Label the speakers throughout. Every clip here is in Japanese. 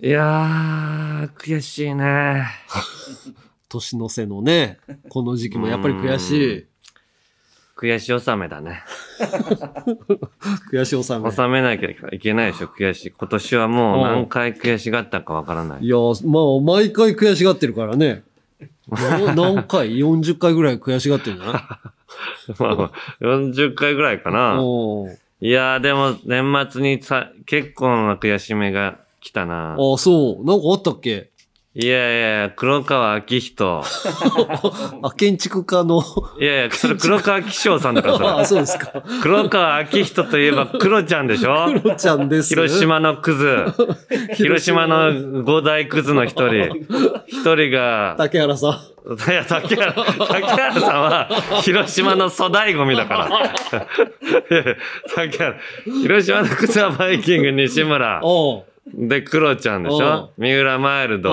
Speaker 1: いやー、悔しいね。
Speaker 2: 年の瀬のね、この時期もやっぱり悔しい。
Speaker 1: 悔し納めだね。
Speaker 2: 悔しい納め。
Speaker 1: 納めなきゃいけないで しょ、悔しい。今年はもう何回悔しがったかわからない
Speaker 2: い。やー、まあ、毎回悔しがってるからね。な何回 ?40 回ぐらい悔しがってる んじゃな
Speaker 1: まあまあ40回ぐらいか
Speaker 2: い
Speaker 1: な。
Speaker 2: おー
Speaker 1: いやー、でも年末にさ、結構な悔しめが来たな。
Speaker 2: ああ、そう。なんかあったっけ
Speaker 1: いやいや、黒川明人。
Speaker 2: あ、建築家の。
Speaker 1: いやいや、それ黒川紀章さんだからそれ
Speaker 2: ああ、そうですか。
Speaker 1: 黒川明人といえば 黒ちゃんでしょ
Speaker 2: クロちゃんです。
Speaker 1: 広。島のクズ。 広島。の五大クズの一人。一人が、
Speaker 2: 竹原さん。
Speaker 1: いや、竹原、竹原さんは、広島の粗大ゴミだから。竹原、広島のクズはバイキング西村。
Speaker 2: おう
Speaker 1: で、クロちゃんでしょ三浦マイルド。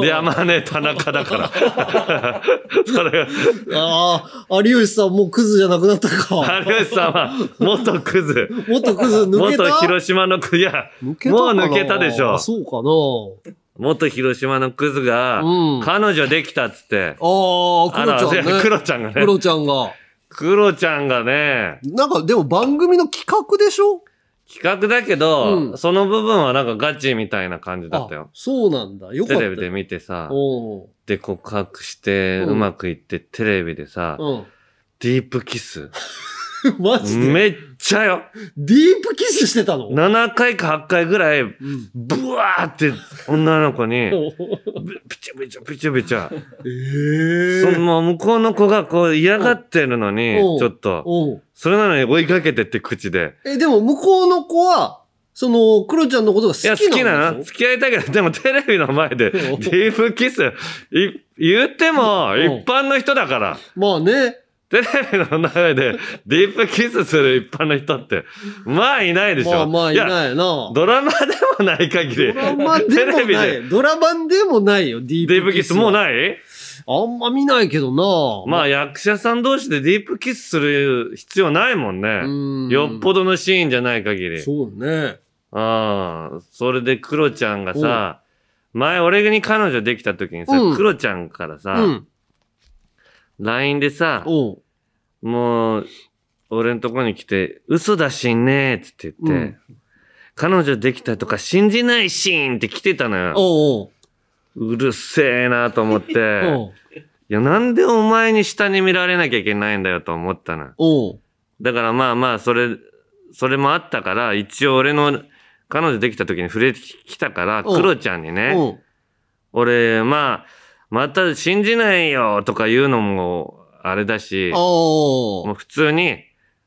Speaker 1: で、山根田中だから。それ、
Speaker 2: ああ、有吉さんもうクズじゃなくなったか。
Speaker 1: 有吉さんは、元クズ。
Speaker 2: もっとクズ抜けた
Speaker 1: 元広島のクズ、いや、
Speaker 2: 抜けたかな
Speaker 1: もう抜けたでしょ
Speaker 2: あそうか
Speaker 1: 元広島のクズが、
Speaker 2: うん
Speaker 1: 彼女できたっつって。
Speaker 2: な。ああ、クロちゃ
Speaker 1: あ
Speaker 2: ん
Speaker 1: ら
Speaker 2: ね。
Speaker 1: クロちゃんが
Speaker 2: ク
Speaker 1: ね。
Speaker 2: ロちゃんが。
Speaker 1: クロちゃんがね、
Speaker 2: なんかでも番組の企画でしょ
Speaker 1: 企画だけど、
Speaker 2: うん
Speaker 1: その部分はなんかガチみたいな感じだった
Speaker 2: あ
Speaker 1: よ。
Speaker 2: そうなんだ。よか
Speaker 1: テ
Speaker 2: った。
Speaker 1: レビで見てさ、
Speaker 2: おう
Speaker 1: で告白して、
Speaker 2: うん
Speaker 1: うまくいって、テレビでさ、
Speaker 2: うん。
Speaker 1: ディープキス。
Speaker 2: マジで
Speaker 1: めっちゃよ。
Speaker 2: ディープキスしてたの
Speaker 1: 7回か8回ぐらい、
Speaker 2: うん。
Speaker 1: ブワーって女の子に、
Speaker 2: おう
Speaker 1: ピチャピチャピチャピチャ。
Speaker 2: ええ
Speaker 1: そ
Speaker 2: ー。
Speaker 1: の向こうの子がこう嫌がってるのに
Speaker 2: うん、
Speaker 1: ちょっと、
Speaker 2: おう
Speaker 1: それなのに追いかけてって口で。
Speaker 2: え、でも向こうの子は、その、クロちゃんのことが好
Speaker 1: いや、好
Speaker 2: き
Speaker 1: き
Speaker 2: な
Speaker 1: な
Speaker 2: の
Speaker 1: の付き合いたいけど、でもテレビの前で、デ
Speaker 2: うん
Speaker 1: ィープキス、い言っても、
Speaker 2: うん
Speaker 1: 一般の人だから。
Speaker 2: まあね。
Speaker 1: テレビの前で、ディープキスする一般の人って、まあいないでしょ。
Speaker 2: まあまあい
Speaker 1: や、
Speaker 2: ないな。
Speaker 1: ドラマでもない限り、
Speaker 2: ドラマでも
Speaker 1: テレビ
Speaker 2: な
Speaker 1: で、
Speaker 2: い。ドラマでもないよ、ディ
Speaker 1: ディー
Speaker 2: ープ
Speaker 1: プ
Speaker 2: キ
Speaker 1: キ
Speaker 2: ス
Speaker 1: ス
Speaker 2: は。
Speaker 1: もうない
Speaker 2: あんま見ないけどな
Speaker 1: まあ役者さん同士でディープキスする必要ないもん
Speaker 2: あ
Speaker 1: ね。よっぽど
Speaker 2: ど。
Speaker 1: のシーンじゃない限り。
Speaker 2: そうね。
Speaker 1: ああ、それでクロちゃんがさ、前俺に彼女できた時にさ、
Speaker 2: うん
Speaker 1: クロちゃんからさ、
Speaker 2: うん。
Speaker 1: LINE でさ、
Speaker 2: おう
Speaker 1: もう、俺のとこに来て、嘘だしんねーっつって言って、
Speaker 2: うん
Speaker 1: 彼女できたとか信じないシーンって来てたのよ。
Speaker 2: おう
Speaker 1: うるせえなと思っ
Speaker 2: おう
Speaker 1: て、
Speaker 2: おう
Speaker 1: いや、なんでお前に下に見られなきゃいけないんだよと思ったの。
Speaker 2: おう
Speaker 1: だからまあまあ、それ、それもあったから、一応俺の、彼女できた時に触れてきたから、
Speaker 2: うん
Speaker 1: クロちゃんにね、
Speaker 2: おう
Speaker 1: 俺、まあ、また信じないよとか言うのも、あれだし、
Speaker 2: お
Speaker 1: も
Speaker 2: う
Speaker 1: う普通に、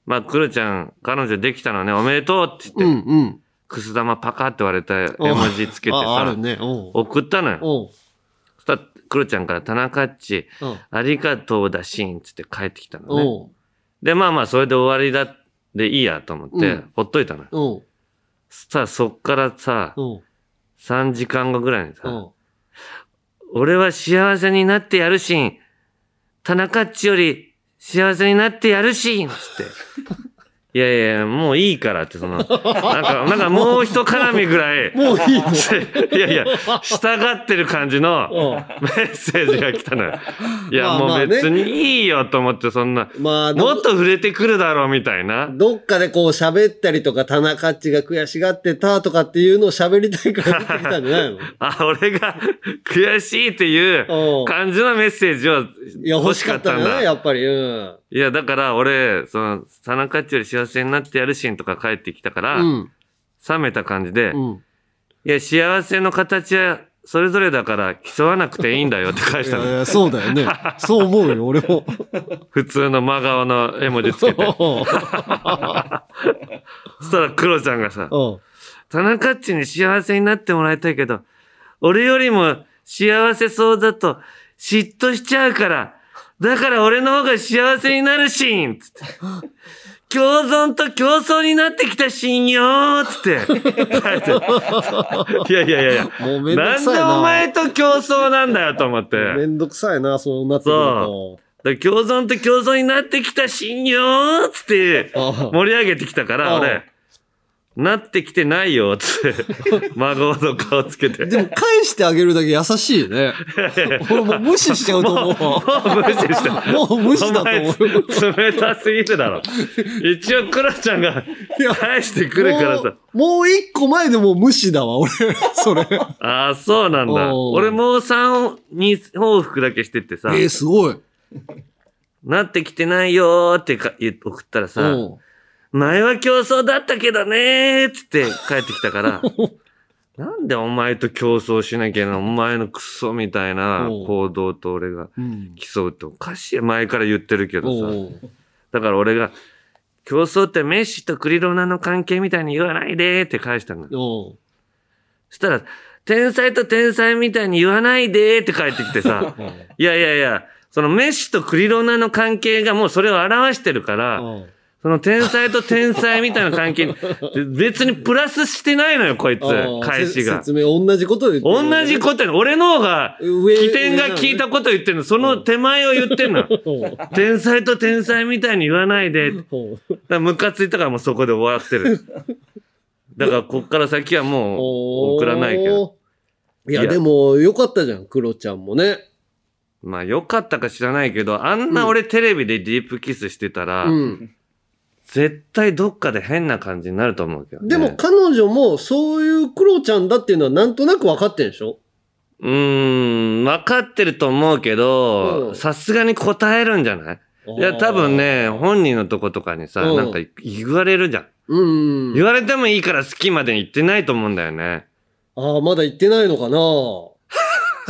Speaker 1: まあ、クロちゃん、彼女できたのね、おめでとうって言って、
Speaker 2: うんうん。
Speaker 1: くす玉パカって割れた絵文字つけて
Speaker 2: あ、あ
Speaker 1: さ
Speaker 2: る、ね。おう
Speaker 1: 送ったのよ。
Speaker 2: おう
Speaker 1: そしたら、クロちゃんから、田中っち、
Speaker 2: おう
Speaker 1: ありがとうだしんつって帰ってきたのね。
Speaker 2: おう
Speaker 1: で、まあまあ、それで終わりだ、でいいやと思って、
Speaker 2: うん
Speaker 1: ほっといたのよ。
Speaker 2: おう
Speaker 1: そしたら、そっからさ、
Speaker 2: おう
Speaker 1: 3時間後ぐらいにさ、
Speaker 2: おう
Speaker 1: 俺は幸せになってやるしん。田中っちより幸せになってやるしん。つって。い やいや、もういいからって、その、なんか、なんかもう一絡みぐらい、
Speaker 2: もういいの
Speaker 1: いやいや、従ってる感じの
Speaker 2: お う
Speaker 1: メッセージが来たのよ。いや、
Speaker 2: まあ
Speaker 1: も
Speaker 2: まあ
Speaker 1: う
Speaker 2: ね
Speaker 1: 別にいいよと思って、そんな、
Speaker 2: まあ、
Speaker 1: も
Speaker 2: ど
Speaker 1: っと触れてくるだろうみたいな。
Speaker 2: どっかでこう喋ったりとか、田中っちが悔しがってたとかっていうのを喋りたいから出てきたんじゃ ないの
Speaker 1: あ、俺が悔しいっていう
Speaker 2: おう
Speaker 1: 感じのメッセージを
Speaker 2: いや、欲しかったんだね、やっぱり。うん。
Speaker 1: いや、だから俺、その、田中っちより幸せになってやるシーンとか帰ってきたから、
Speaker 2: うん。
Speaker 1: 冷めた感じで、い
Speaker 2: うん。
Speaker 1: や、幸せの形はそれぞれだから競わなくていいんだよって返
Speaker 2: い
Speaker 1: した
Speaker 2: やい
Speaker 1: の。
Speaker 2: やそうだよね。そう思うよ、俺 も。
Speaker 1: 普通の真顔の絵文字つけ て。そしたらクロちゃんがさ、
Speaker 2: うん
Speaker 1: 田中っちに幸せになってもらいたいけど、俺よりも幸せそうだと嫉妬しちゃうから、だから俺の方が幸せになるシーンつって。共存と競争になってきたシーンよーつって。書いていやいやいやいや。
Speaker 2: もうめんど
Speaker 1: な
Speaker 2: く
Speaker 1: ん
Speaker 2: さい
Speaker 1: でお
Speaker 2: な。
Speaker 1: 前と競争なんだよと思って。
Speaker 2: めんどくさいな、そうなってくると。
Speaker 1: で共存と競争になってきたシーンよーつって
Speaker 2: ああ
Speaker 1: 盛り上げてきたから、
Speaker 2: ああ
Speaker 1: 俺。なってきてないよ、つ って。孫の顔つけて。
Speaker 2: でも返してあげるだけ優しいよ ね。俺もう無視しちゃうと思う
Speaker 1: もう無視した。
Speaker 2: わ。もう無視だと思う。
Speaker 1: お前冷たすぎるだろ。一応、クロちゃんが返してくるからさ。
Speaker 2: もう、もう一個前でもう無視だわ、俺。それ。え
Speaker 1: ああ、そうなんだ。
Speaker 2: おー
Speaker 1: 俺もう3、2往復だけしてってさ、
Speaker 2: ー、すごい。
Speaker 1: なってきてないよーってか言送ったらさ、
Speaker 2: うん
Speaker 1: 前は競争だったけどねーっつって帰ってきた から、なんでお前と競争しなきゃな、お前のクソみたいな
Speaker 2: おう
Speaker 1: 行動と俺が
Speaker 2: うん。
Speaker 1: 競うっておかしい。前から言ってるけどさ。
Speaker 2: おう
Speaker 1: だから俺が、競争ってメッシとクリロナの関係みたいに言わないでーって返したんだ。
Speaker 2: おう
Speaker 1: そしたら、天才と天才みたいに言わないでーって返ってきて さ、いやいやいや、そのメッシとクリロナの関係がもうそれを表してるから、
Speaker 2: うん
Speaker 1: その天才と天才みたいな関係に、別にプラスしてないのよ、こいつ
Speaker 2: あ、あ
Speaker 1: 返しが。
Speaker 2: せ説明、同じことを言ってる、
Speaker 1: 同じことやの。俺の方が、
Speaker 2: 上
Speaker 1: 起点が聞いたこと言ってんの。その手前を言ってんの。
Speaker 2: と。
Speaker 1: 天才と天才みたいに言わないで。だか
Speaker 2: おう
Speaker 1: らムカついたからもうそこで終わってる。だからこっから先はもう送らないけど。。
Speaker 2: いや、
Speaker 1: いや
Speaker 2: でも、よかったじゃん、クロちゃんもね。
Speaker 1: まあ良かったか知らないけど、あんな俺テレビでディープキスしてたら、
Speaker 2: うん。
Speaker 1: 絶対どっかで変な感じになると思うけど、ね。
Speaker 2: でも、彼女も、そういうクロちゃんだっていうのは、なんとなく分かってんでしょ
Speaker 1: うーん、分かってると思うけ
Speaker 2: う
Speaker 1: ど、
Speaker 2: ん
Speaker 1: さすがに答えるんじゃないいや、多分。ね、本人のとことかにさ、
Speaker 2: うん
Speaker 1: なんか言われるじゃん。
Speaker 2: うん。
Speaker 1: 言われてもいいから好きまでに行ってないと思うんだよね。
Speaker 2: ああ、まだ行ってないの かな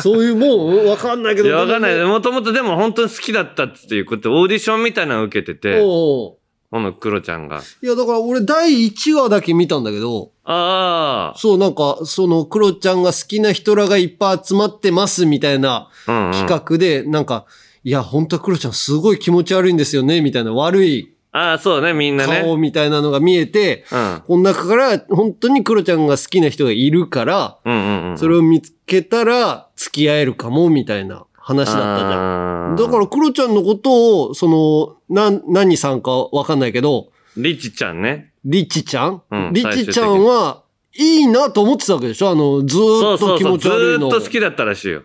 Speaker 2: そういうもんわかんないけ
Speaker 1: い
Speaker 2: ど。
Speaker 1: や、わかんない。
Speaker 2: でも
Speaker 1: もともとでも本当に好きだったっていうこと、オーディションみたいなのを受けて
Speaker 2: ね
Speaker 1: て、
Speaker 2: おうお
Speaker 1: このクロちゃんが。
Speaker 2: ういや、だから俺第1話だけ見たんだけど、
Speaker 1: あ
Speaker 2: そう、なんか、その、クロちゃんが好きな人らがいっぱい集まってますみたいな
Speaker 1: あ、うん、うん。
Speaker 2: 企画で、なんか、いや、本当はクロちゃんすごい気持ち悪いんですよね、みたいな悪い
Speaker 1: ああ、そうね、みんなね。
Speaker 2: 顔みたいなのが見えて、
Speaker 1: うん。
Speaker 2: この中から本当にクロちゃんが好きな人がいるから、
Speaker 1: うんうんうん。
Speaker 2: それを見つけたら付き合えるかも、みたいな話だったじゃん。
Speaker 1: ゃ
Speaker 2: だから、クロちゃんのことを、その、な、何さんかわかんないけど、
Speaker 1: リチちゃんね。
Speaker 2: リチちゃん、
Speaker 1: うん
Speaker 2: リチちゃんは、いいなと思ってたわけでしょあの、ず
Speaker 1: そ
Speaker 2: ー
Speaker 1: う
Speaker 2: っ
Speaker 1: そ
Speaker 2: と
Speaker 1: う
Speaker 2: 気
Speaker 1: そ
Speaker 2: 持
Speaker 1: う、ず
Speaker 2: ち悪い
Speaker 1: ー
Speaker 2: の。
Speaker 1: っと好きだったらしいよ。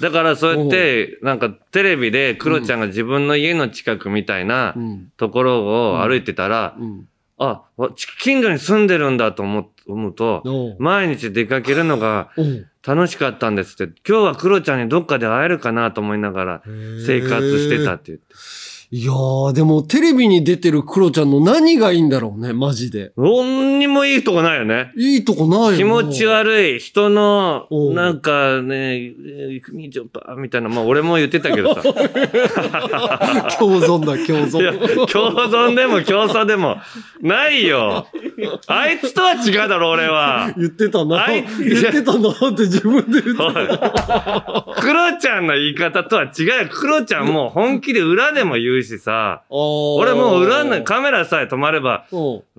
Speaker 1: だからそうやって、なんかテレビでクロちゃんが自分の家の近くみたいな
Speaker 2: うん。
Speaker 1: ところを歩いてたら、
Speaker 2: うん。
Speaker 1: あ、わち近所に住んでるんだと思う思うと、
Speaker 2: おう
Speaker 1: 毎日出かけるのが
Speaker 2: おう
Speaker 1: 楽しかったんですって、今日はクロちゃんにどっかで会えるかなと思いながら生活してたっ。て言って。
Speaker 2: いやー、でも、テレビに出てるクロちゃんの何がいいんだろうね、マジで。
Speaker 1: 何にもいいとこないよね。
Speaker 2: いいとこないよ
Speaker 1: 気持ち
Speaker 2: い。
Speaker 1: 悪い。人の、
Speaker 2: おう
Speaker 1: なんかね、えー組長パーみたいな、まあ俺も言ってたけどさ。
Speaker 2: 共存だ、共
Speaker 1: いや、
Speaker 2: 存。
Speaker 1: 共存でも競争でも、ないよ。あいつとは違うだろ、俺は。
Speaker 2: 言ってたな。
Speaker 1: あい
Speaker 2: 言ってたなって自分で言って
Speaker 1: おい
Speaker 2: た。
Speaker 1: クロちゃんの言い方とは違うよ。クロちゃんもう本気で裏でも言うしさ。俺
Speaker 2: 俺
Speaker 1: もう裏の、カメラさえ止まれば、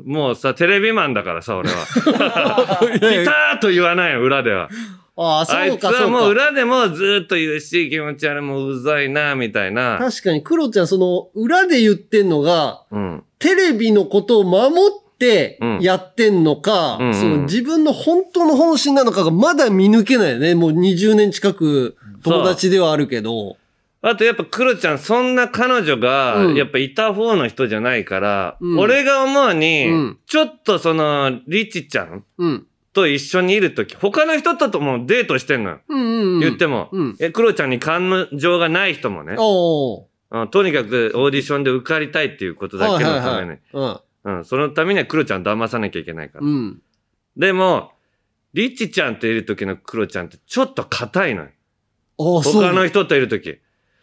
Speaker 1: もうさ、テレビマンだからさ、俺は。ピターと言わないよ、裏では。
Speaker 2: ああ、
Speaker 1: あ
Speaker 2: そ
Speaker 1: いうつ
Speaker 2: か、そ
Speaker 1: は
Speaker 2: う
Speaker 1: もう
Speaker 2: か。
Speaker 1: 裏でもずーっと言うし、気持ち悪い、もううざいな、みたいな。
Speaker 2: 確かに、クロちゃん、その、裏で言ってんのが、
Speaker 1: うん。
Speaker 2: テレビのことを守って
Speaker 1: うん
Speaker 2: やってんのか、
Speaker 1: うんうん
Speaker 2: その自分の本当の本心なのかがまだ見抜けないよね。もう20年近く友達ではあるけど。
Speaker 1: あとやっぱクロちゃん、そんな彼女が
Speaker 2: う、ん
Speaker 1: やっぱいた方の人じゃないから、
Speaker 2: うん
Speaker 1: 俺が思うに、
Speaker 2: うん
Speaker 1: ちょっとその、リチちゃん
Speaker 2: うん。
Speaker 1: と一緒にいるとき、他の人とともデートしてんのよ。
Speaker 2: うんうん、うん。
Speaker 1: 言っても。
Speaker 2: うん。
Speaker 1: え、クロちゃんに感情がない人もね、
Speaker 2: おー
Speaker 1: うんとにかくオーディションで受かりたいっていうことだけのために。
Speaker 2: うん。
Speaker 1: うん、そのためにはクロちゃん騙さなきゃいけないから。
Speaker 2: うん。
Speaker 1: でも、リチちゃんといる時のクロちゃんってちょっと硬いのよ。
Speaker 2: ああ、そ
Speaker 1: 他
Speaker 2: う
Speaker 1: の
Speaker 2: だ。
Speaker 1: 人といる時。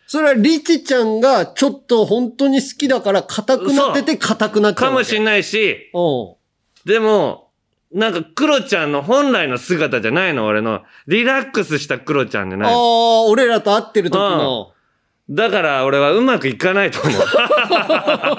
Speaker 2: それはリチちゃんがちょっと本当に好きだから硬くなってて硬くなっちゃ
Speaker 1: か
Speaker 2: う
Speaker 1: もしん
Speaker 2: い。
Speaker 1: ないし、
Speaker 2: おう
Speaker 1: でも、なんかクロちゃんの本来の姿じゃないの、俺の。リラックスしたクロちゃんじゃ
Speaker 2: あ
Speaker 1: ない。
Speaker 2: あ、俺らと会ってる時の。
Speaker 1: だから俺はうまくいかないと 思う。や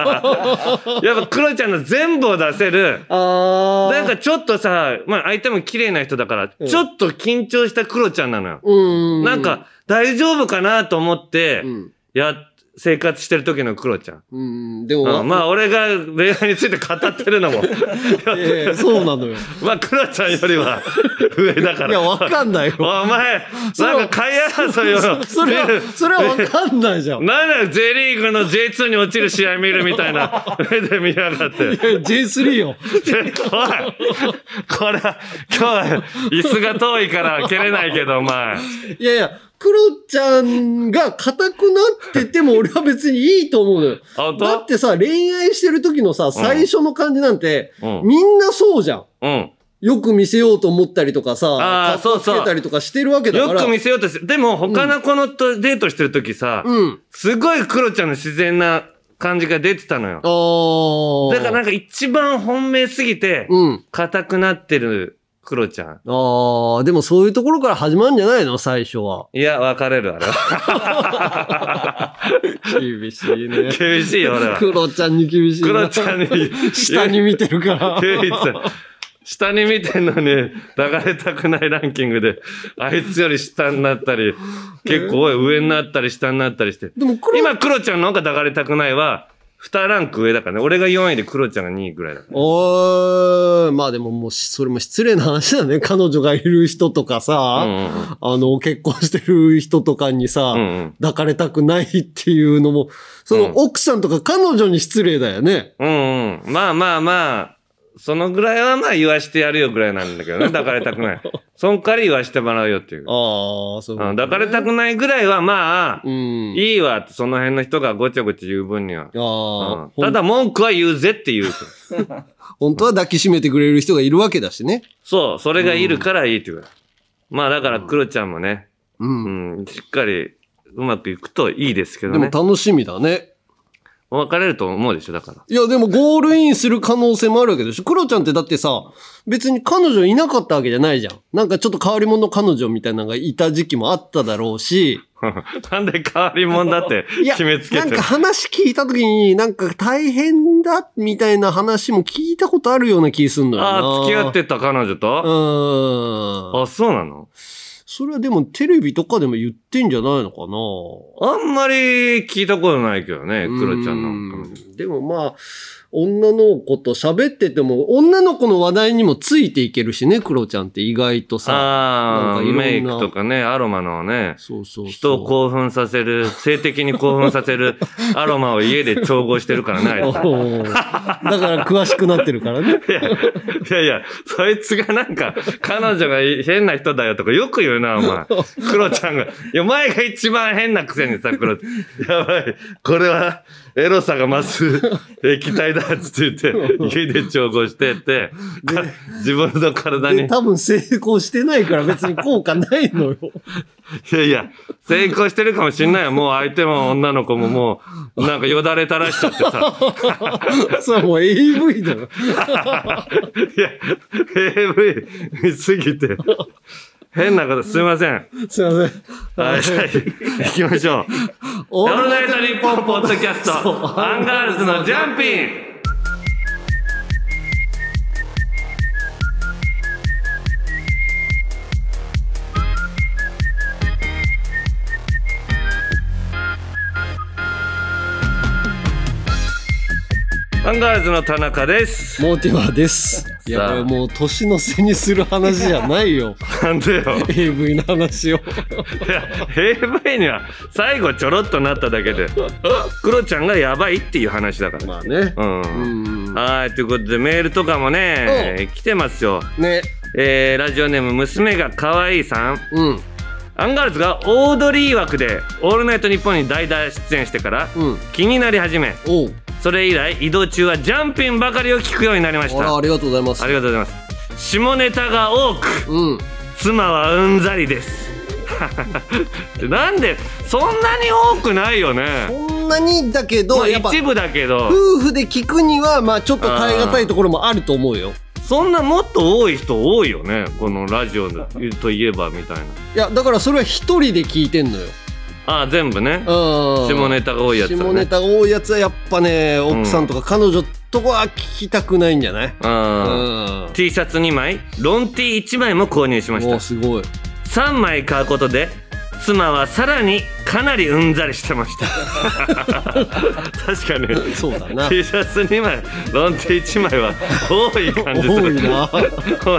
Speaker 1: っぱクロちゃんの全部を出せる。
Speaker 2: ああ。
Speaker 1: なんかちょっとさ、まあ相手も綺麗な人だから、
Speaker 2: うん
Speaker 1: ちょっと緊張したクロちゃんなのよ。
Speaker 2: うん。
Speaker 1: なんか大丈夫かなと思って
Speaker 2: う、ん、
Speaker 1: や、生活してる時のクロちゃん。
Speaker 2: うん、でも、
Speaker 1: うん、まあ、俺が恋愛について語ってるのも、
Speaker 2: ええそうなのよ。
Speaker 1: まあ、クロちゃんよりは上だか
Speaker 2: いや、
Speaker 1: ら。
Speaker 2: わかんないよ。
Speaker 1: お前、
Speaker 2: それ
Speaker 1: なんか買い争いを。
Speaker 2: それは、それはわかんないじゃん。い
Speaker 1: なんだよ、J リーグの J2 に落ちる試合見るみたいな目で見やがって。
Speaker 2: や J3 よ。
Speaker 1: ちょおいこれ、今日は椅子が遠いから蹴れないけど、お前。
Speaker 2: いやいや、クロちゃんが硬くなってても俺は別にいいと思うのよ。
Speaker 1: 本
Speaker 2: だ
Speaker 1: 当
Speaker 2: ってさ、恋愛してる時のさ、最初の感じなんて、
Speaker 1: うん
Speaker 2: みんなそうじゃん。
Speaker 1: うん。
Speaker 2: よく見せようと思ったりとか
Speaker 1: あ
Speaker 2: さ
Speaker 1: ー、
Speaker 2: 格好つけたりとかしてるわけだ
Speaker 1: よ
Speaker 2: から。
Speaker 1: く見せようとして、でも他の子のとデートしてる時さ、
Speaker 2: うん。
Speaker 1: すごいクロちゃんの自然な感じが出てたのよ。
Speaker 2: ああ。
Speaker 1: だからなんか一番本命すぎて、
Speaker 2: うん。
Speaker 1: 硬くなってるクロちゃん。
Speaker 2: ああ、でもそういうところから始まるんじゃないの最初は。
Speaker 1: いや、別れる、あれは。
Speaker 2: 厳しいね。
Speaker 1: 厳しいよ、俺は。
Speaker 2: クロちゃんに厳しいな。
Speaker 1: クロちゃんに
Speaker 2: 下に見てるから。
Speaker 1: 唯一、下に見てんのに抱かれたくないランキングで、あいつより下になったり、結構上になったり下になったりして。
Speaker 2: でもクロ
Speaker 1: 今、クロちゃんの方が抱かれたくないは、2ランク上だからね。俺が4位でクロちゃんが2位ぐらいだから。
Speaker 2: おー、まあでももうし、それも失礼な話だね。彼女がいる人とかさ、
Speaker 1: うんうんうん
Speaker 2: あの、結婚してる人とかにさ、
Speaker 1: うんうん
Speaker 2: 抱かれたくないっていうのも、そ
Speaker 1: うん
Speaker 2: の奥さんとか彼女に失礼だよね。
Speaker 1: うんうん。まあまあまあ、そのぐらいはまあ言わしてやるよぐらいなんだけどね。 抱かれたくない。そんかり言わしてもらうよっていう。
Speaker 2: ああ、そ
Speaker 1: う
Speaker 2: う
Speaker 1: ん抱かれたくないぐらいはまあ、
Speaker 2: うん。
Speaker 1: いいわって、その辺の人がごちゃごちゃ言う分には。
Speaker 2: ああ、
Speaker 1: うんただ文句は言うぜっていう。
Speaker 2: 本当は抱きしめてくれる人がいるわけだしね。
Speaker 1: そう、それがいるからいいっていう。まあだから、クロちゃんもね、
Speaker 2: うん。
Speaker 1: うん、しっかりうまくいくといいですけど
Speaker 2: でも
Speaker 1: ね。
Speaker 2: 楽しみだね。
Speaker 1: 別れると思うでしょ、だから。
Speaker 2: いや、でもゴールインする可能性もあるわけでしょ。クロちゃんってだってさ、別に彼女いなかったわけじゃないじゃん。なんかちょっと変わり者の彼女みたいなのがいた時期もあっただろうし。
Speaker 1: なんで変わり者だって
Speaker 2: いや、
Speaker 1: 決めつけ
Speaker 2: な
Speaker 1: て
Speaker 2: ん
Speaker 1: る
Speaker 2: か。話聞いた時に、なんか大変だみたいな話も聞いたことあるような気すんのよな。
Speaker 1: ああ、付き合っ。てた彼女
Speaker 2: う
Speaker 1: と
Speaker 2: ーん。
Speaker 1: あ、そうなの
Speaker 2: それはでもテレビとかでも言ってんじゃないのかな
Speaker 1: あんまり聞いたことないけどね、クロちゃんの彼女。
Speaker 2: うんでもまあ、女の子と喋ってても、女の子の話題にもついていけるしね、クロちゃんって意外とさ。
Speaker 1: ああ、
Speaker 2: なんかいろんな
Speaker 1: メイクとかね、アロマのね、
Speaker 2: そうそうそう。
Speaker 1: 人を興奮させる、性的に興奮させ るアロマを家で調合してるからねあいつ。
Speaker 2: おうだから詳しくなってるから ね。
Speaker 1: いやいやいや、そいつがなんか、彼女が変な人だよとかよく言うな、お前。クロちゃんが。いや、お前が一番変なくせにさ、クロ。やばい。これは、エロさが増す液体だっつって言って、家で調合してって、か自分の体に。
Speaker 2: で
Speaker 1: い
Speaker 2: 多分成功してないから別に効果ないのよ。
Speaker 1: やいや、成功してるかもしんないよ。もう相手も女の子ももう、なんかよだれ垂らしちゃってさ。
Speaker 2: それはもう AV だよ。
Speaker 1: いや、AV 見すぎて。変なこと、すいません。
Speaker 2: すいません。
Speaker 1: はい、じゃあ行きましょう。
Speaker 2: オ
Speaker 1: オ
Speaker 2: ー
Speaker 1: ー
Speaker 2: ル
Speaker 1: ル
Speaker 2: ナ
Speaker 1: ナ
Speaker 2: イ
Speaker 1: イ
Speaker 2: ト
Speaker 1: トニッポンポッドキャスト、アンガールズのジャンピン。アンガールズの田中です。
Speaker 2: モーティバーです。い
Speaker 1: さあ
Speaker 2: や、これもう年の瀬にする話じゃないよ。
Speaker 1: なんでよ。
Speaker 2: AV の 話を。
Speaker 1: いや AV には最後ちょろっとなっただけで、クロちゃんがやばいっていう話だから。
Speaker 2: まあね。
Speaker 1: うん。
Speaker 2: うん。
Speaker 1: はい、ということでメールとかもね、来てますよ。
Speaker 2: ね。
Speaker 1: えー、ラジオネーム娘が可愛いさん。
Speaker 2: うん。
Speaker 1: アンガールズがオードリー枠で「オールナイトニッポン」に代打出演してから
Speaker 2: うん。
Speaker 1: 気になり始め
Speaker 2: おう。
Speaker 1: それ以来移動中はジャンピンばかりを聞くようになりまし
Speaker 2: あら
Speaker 1: たあ
Speaker 2: ありがとうございます。
Speaker 1: りがとうございます下ネタが多く
Speaker 2: うん。
Speaker 1: 妻はうんざりです なんでそんなに多くないよね
Speaker 2: こんなにだけ
Speaker 1: ま
Speaker 2: ど、
Speaker 1: あ
Speaker 2: やっぱ
Speaker 1: 一部だけど
Speaker 2: 夫婦で聞くには、まあちょっと耐え難いところもあると思うよ。
Speaker 1: そんなもっと多い人多いよねこのラジオといえばみたいない
Speaker 2: や、だからそれは一人で聞いてんのよ。
Speaker 1: ああ全部ね
Speaker 2: うん。
Speaker 1: 下ネタが多いやつだ
Speaker 2: 下ネ
Speaker 1: ね
Speaker 2: タが多いやつはやっぱね、奥さんとか彼女とかは聞きたくないんじゃないうん
Speaker 1: うん。T シャツ2枚ロン T1 枚も購入しまし
Speaker 2: お
Speaker 1: た
Speaker 2: すごい。
Speaker 1: 3枚買うことで妻はさらにかなりうんざりしてました 確かに
Speaker 2: そうだ な
Speaker 1: T シャツ2枚ロンテ1枚は多い感じす
Speaker 2: 多
Speaker 1: る
Speaker 2: い な
Speaker 1: お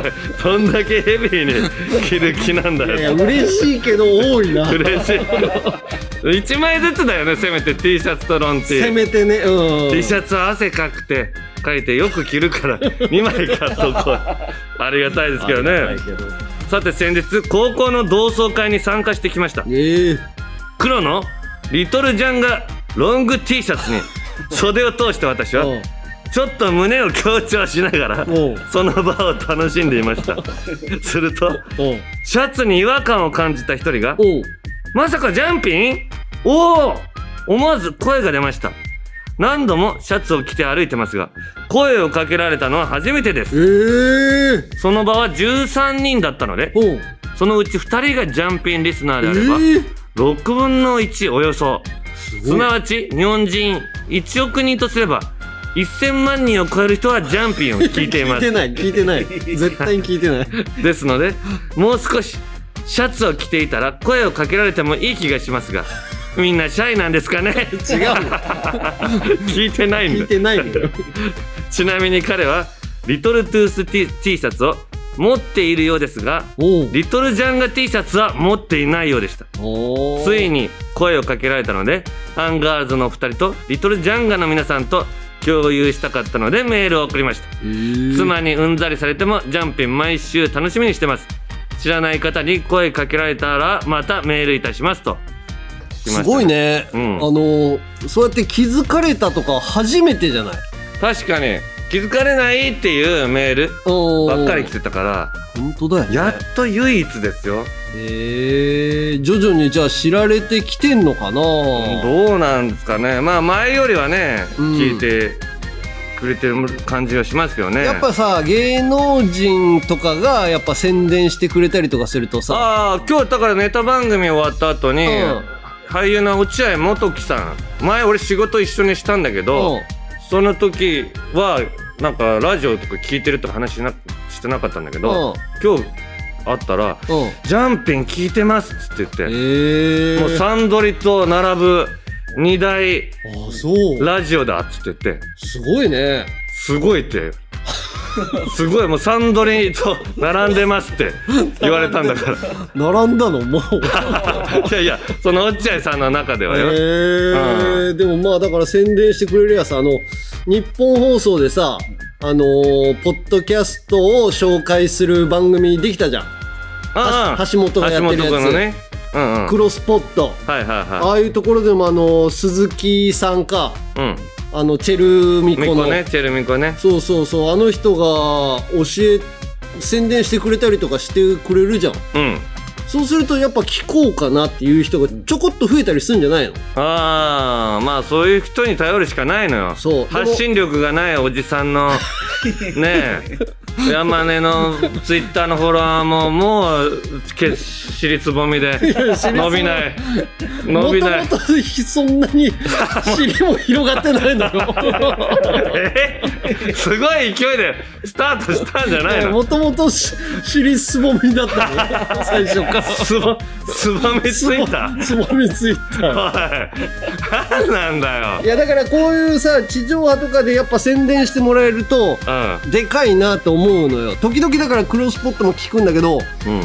Speaker 1: いどんだけヘビーに 着る気なんだ
Speaker 2: いや
Speaker 1: よ
Speaker 2: 嬉しいけど多いな
Speaker 1: 嬉しい1枚ずつだよねせめて T シャツとロンテ
Speaker 2: せめてねうん
Speaker 1: T シャツは汗かくてかいてよく着る から2枚買っとこうありがたいですけど
Speaker 2: ありがた
Speaker 1: ね
Speaker 2: いけど
Speaker 1: さて先日高校の同窓会に参加してきました
Speaker 2: ええ
Speaker 1: 黒のリトルジャンがロング T シャツ に袖を通して私は
Speaker 2: うん
Speaker 1: ちょっと胸を強調しながら
Speaker 2: おう
Speaker 1: その場を楽しんでいました すると
Speaker 2: おう
Speaker 1: シャツに違和感を感じた一人が
Speaker 2: おう
Speaker 1: 「まさかジャンピンおお!」思わず声が出ました何度もシャツを着て歩いてますが声をかけられたのは初めてです
Speaker 2: ええ
Speaker 1: その場は13人だったので
Speaker 2: おう
Speaker 1: そのうち2人がジャンピンリスナーであれば
Speaker 2: ええ
Speaker 1: 6分の1およそ
Speaker 2: ごい
Speaker 1: すなわち日本人1億人とすれば1000万人を超える人はジャンピンを聞いていま
Speaker 2: 聞いて
Speaker 1: す
Speaker 2: ない聞いてない絶対に聞いてない
Speaker 1: ですのでもう少しシャツを着ていたら声をかけられてもいい気がしますがみんなシャイなんですかね
Speaker 2: 違うの
Speaker 1: 聞いてないん
Speaker 2: 聞
Speaker 1: だ
Speaker 2: いてないのよ
Speaker 1: ちなみに彼はリトルトゥース T, T シャツを持っているようですが
Speaker 2: おう
Speaker 1: リトルジャンガ T シャツは持っていないようでした
Speaker 2: おう
Speaker 1: ついに声をかけられたのでアンガールズのお二人とリトルジャンガの皆さんと共有したかったのでメールを送りました
Speaker 2: ええ
Speaker 1: 妻にうんざりされてもジャンピン毎週楽しみにしてます知らない方に声かけられたらまたメールいたしますと来ました
Speaker 2: すごいね、
Speaker 1: うん
Speaker 2: あのーそうやって気づかれたとか初めてじゃない
Speaker 1: 確かに気づかれないっていうメールば
Speaker 2: ば
Speaker 1: っかり来てたから
Speaker 2: 本当だよね
Speaker 1: やっと唯一ですよ
Speaker 2: えー、徐々にじゃあ知られてきてんのかな
Speaker 1: どうなんですかねまあ前よりはね
Speaker 2: うん
Speaker 1: 聞いてくれてる感じはしますけどね
Speaker 2: やっぱさ芸能人とかがやっぱ宣伝してくれたりとかするとさ
Speaker 1: ああ今日だからネタ番組終わった後に、
Speaker 2: うん
Speaker 1: 俳優の落合元樹さん前俺仕事一緒にしたんだけど、
Speaker 2: う
Speaker 1: その時はなんかラジオとか聞いてるとか話しなしてなかったんだけ
Speaker 2: んう
Speaker 1: ど、
Speaker 2: ん
Speaker 1: 今日会ったら
Speaker 2: うん
Speaker 1: 「ジャンピン聞いてます」っつって言って、
Speaker 2: えー、
Speaker 1: もうサンドリと並ぶ2台
Speaker 2: あそう
Speaker 1: ラジオだっつって言って
Speaker 2: すごいね
Speaker 1: すごいって。すごいもうサンドリと並んでますって言われたんだ から
Speaker 2: 並んだのも う
Speaker 1: いやいや、その落合さんの中で
Speaker 2: え
Speaker 1: はよ。
Speaker 2: ー、でもまあだから宣伝してくれるやさあの日本放送でさあのー、ポッドキャストを紹介する番組できたじゃん
Speaker 1: ああ
Speaker 2: 橋本がやってるやつ
Speaker 1: 橋本君のね。うんうん。はい
Speaker 2: クロスポット
Speaker 1: はいは
Speaker 2: ああいうところでもあの鈴木さんか
Speaker 1: い。うん。
Speaker 2: あのチェルミ
Speaker 1: みこ
Speaker 2: コの
Speaker 1: ね、チェルミコね。
Speaker 2: そうそうそうあの人が教え宣伝してくれたりとかしてくれるじゃん
Speaker 1: うん。
Speaker 2: そうするとやっぱ聞こうかなっていう人がちょこっと増えたりするんじゃないの
Speaker 1: ああ、まあそういう人に頼るしかないのよ。
Speaker 2: そうでも
Speaker 1: 発信力がないおじさんの、ねえ。山根のツイッターのフォロワーももうけ尻つぼみで伸びない伸びない
Speaker 2: もともとそんなに 尻も広がってないのよ
Speaker 1: え すごい勢いでスタートしたんじゃないの
Speaker 2: もともとし尻すぼみだったのよ最初から
Speaker 1: つぼつぼみついた
Speaker 2: すぼみついた
Speaker 1: おい何なんだよ
Speaker 2: いやだからこういうさ地上波とかでやっぱ宣伝してもらえるとでかいなと思うのよ時々だからクロスポットも聞くんだけど
Speaker 1: うんうん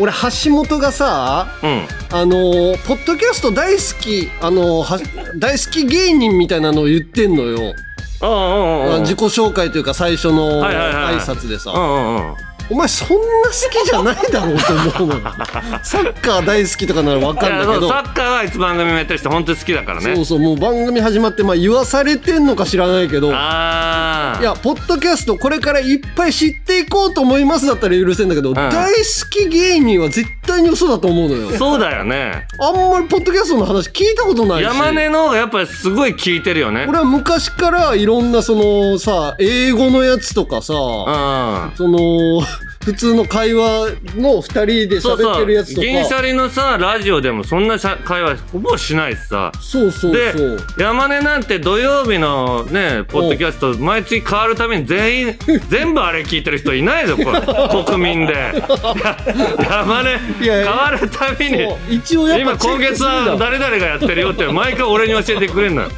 Speaker 2: 俺橋本がさ
Speaker 1: うん
Speaker 2: あのーポッドキャスト大好きあのーは大好き芸人みたいなのを言ってんのよ
Speaker 1: ああああ
Speaker 2: 自己紹介というか最初の
Speaker 1: はいはいはい
Speaker 2: 挨拶でさ、
Speaker 1: うんうんうん
Speaker 2: お前そんな好きじゃないだろうと思 うのよサッカー大好きとかならわか
Speaker 1: いや
Speaker 2: るんだ
Speaker 1: そ
Speaker 2: け
Speaker 1: う
Speaker 2: ど
Speaker 1: サッカーはいつ番組もやってる人本当に好きだから
Speaker 2: そう
Speaker 1: ね
Speaker 2: そうもう番組始まってまあ言わされてんのか知らないけど
Speaker 1: ああ
Speaker 2: いや、ポッドキャストこれからいっぱい知っていこうと思いますだったら許せんだけど、大好き芸人は絶対に嘘だと思うのよ。
Speaker 1: そうだよね
Speaker 2: あんまりポッドキャストの話聞いたことないし。
Speaker 1: 山根の方がやっぱりすごい聞いてるよねうん
Speaker 2: 俺は昔からいろんなそのさ、英語のやつとかさ、
Speaker 1: あ
Speaker 2: その、普通の会話の二人で
Speaker 1: そうそ
Speaker 2: 喋っ
Speaker 1: う
Speaker 2: てるやつと
Speaker 1: 銀シ
Speaker 2: か
Speaker 1: ャリのさラジオでもそんなしゃ会話ほぼしないしさ
Speaker 2: そうそう
Speaker 1: で
Speaker 2: そう
Speaker 1: 山根なんて土曜日のねポッドキャスト毎月変わるために全 員全部あれ聞いてる人いないぞこれ国民でや山根
Speaker 2: いやいや
Speaker 1: 変わるたびに
Speaker 2: そう一応やっ
Speaker 1: 今
Speaker 2: ぱチェ
Speaker 1: 今
Speaker 2: ックす
Speaker 1: 月
Speaker 2: る
Speaker 1: は
Speaker 2: じゃ
Speaker 1: 誰々がやってるよって毎回俺に教えてくれんのよ、
Speaker 2: ん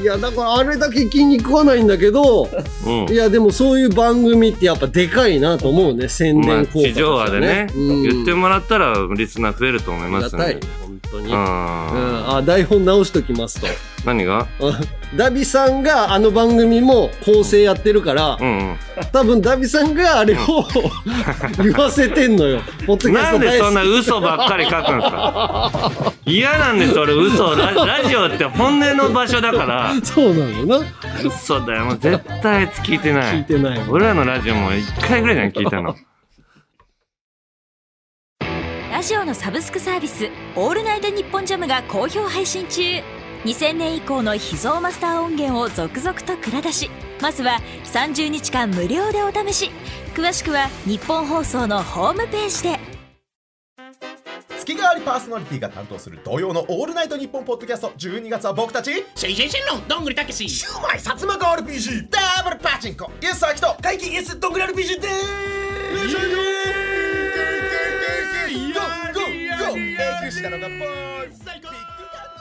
Speaker 2: いやだからあれだけ気に食わないんだけど
Speaker 1: うん
Speaker 2: い、やでもそういう番組ってやっぱでかいなと思うね宣
Speaker 1: まあ
Speaker 2: 伝効果として
Speaker 1: 地上波でね、
Speaker 2: うん
Speaker 1: 言ってもらったらリスナー増えると思い
Speaker 2: あり
Speaker 1: ま
Speaker 2: が
Speaker 1: す
Speaker 2: たい
Speaker 1: ね
Speaker 2: ね本当
Speaker 1: う
Speaker 2: に、
Speaker 1: ん、
Speaker 2: うん、あ台本直しときますと
Speaker 1: 何が
Speaker 2: うんダビさんがあの番組も構成やってるから
Speaker 1: う、ん
Speaker 2: 多分ダビさんが あれを言わせてんのよ。ポッド
Speaker 1: う
Speaker 2: キ
Speaker 1: ん、
Speaker 2: ャス
Speaker 1: な
Speaker 2: ト
Speaker 1: んで
Speaker 2: 大
Speaker 1: そ
Speaker 2: 好
Speaker 1: んな嘘ばっかり書くんですか 嫌なんです俺嘘ララジオって本音の場所だ から
Speaker 2: き。そうなのな。
Speaker 1: 嘘だよもう絶対あいつ聞いてな
Speaker 2: 聞い
Speaker 1: い
Speaker 2: てないもん。
Speaker 1: 俺らのラジオも一回ぐらいじゃん聞いたの
Speaker 3: ラジオのサブスクサービス「オールナイトニッポンジャム」が好評配信中2000年以降の秘蔵マスター音源を続々と蔵出しまずは30日間無料でお試し詳しくは日本放送のホームページで
Speaker 4: 月替わりパーソナリティが担当する同様の「オールナイトニッポン」ポッドキャスト12月は僕たち
Speaker 5: シェイシェイシェンロンどんぐりたけし
Speaker 4: シューマイ薩摩川 RPG ダブルパチンコイエスアキト怪奇イエスドングラ RPG でーすゴーゴーゴー永久したのがボーイ最高ビッグ感動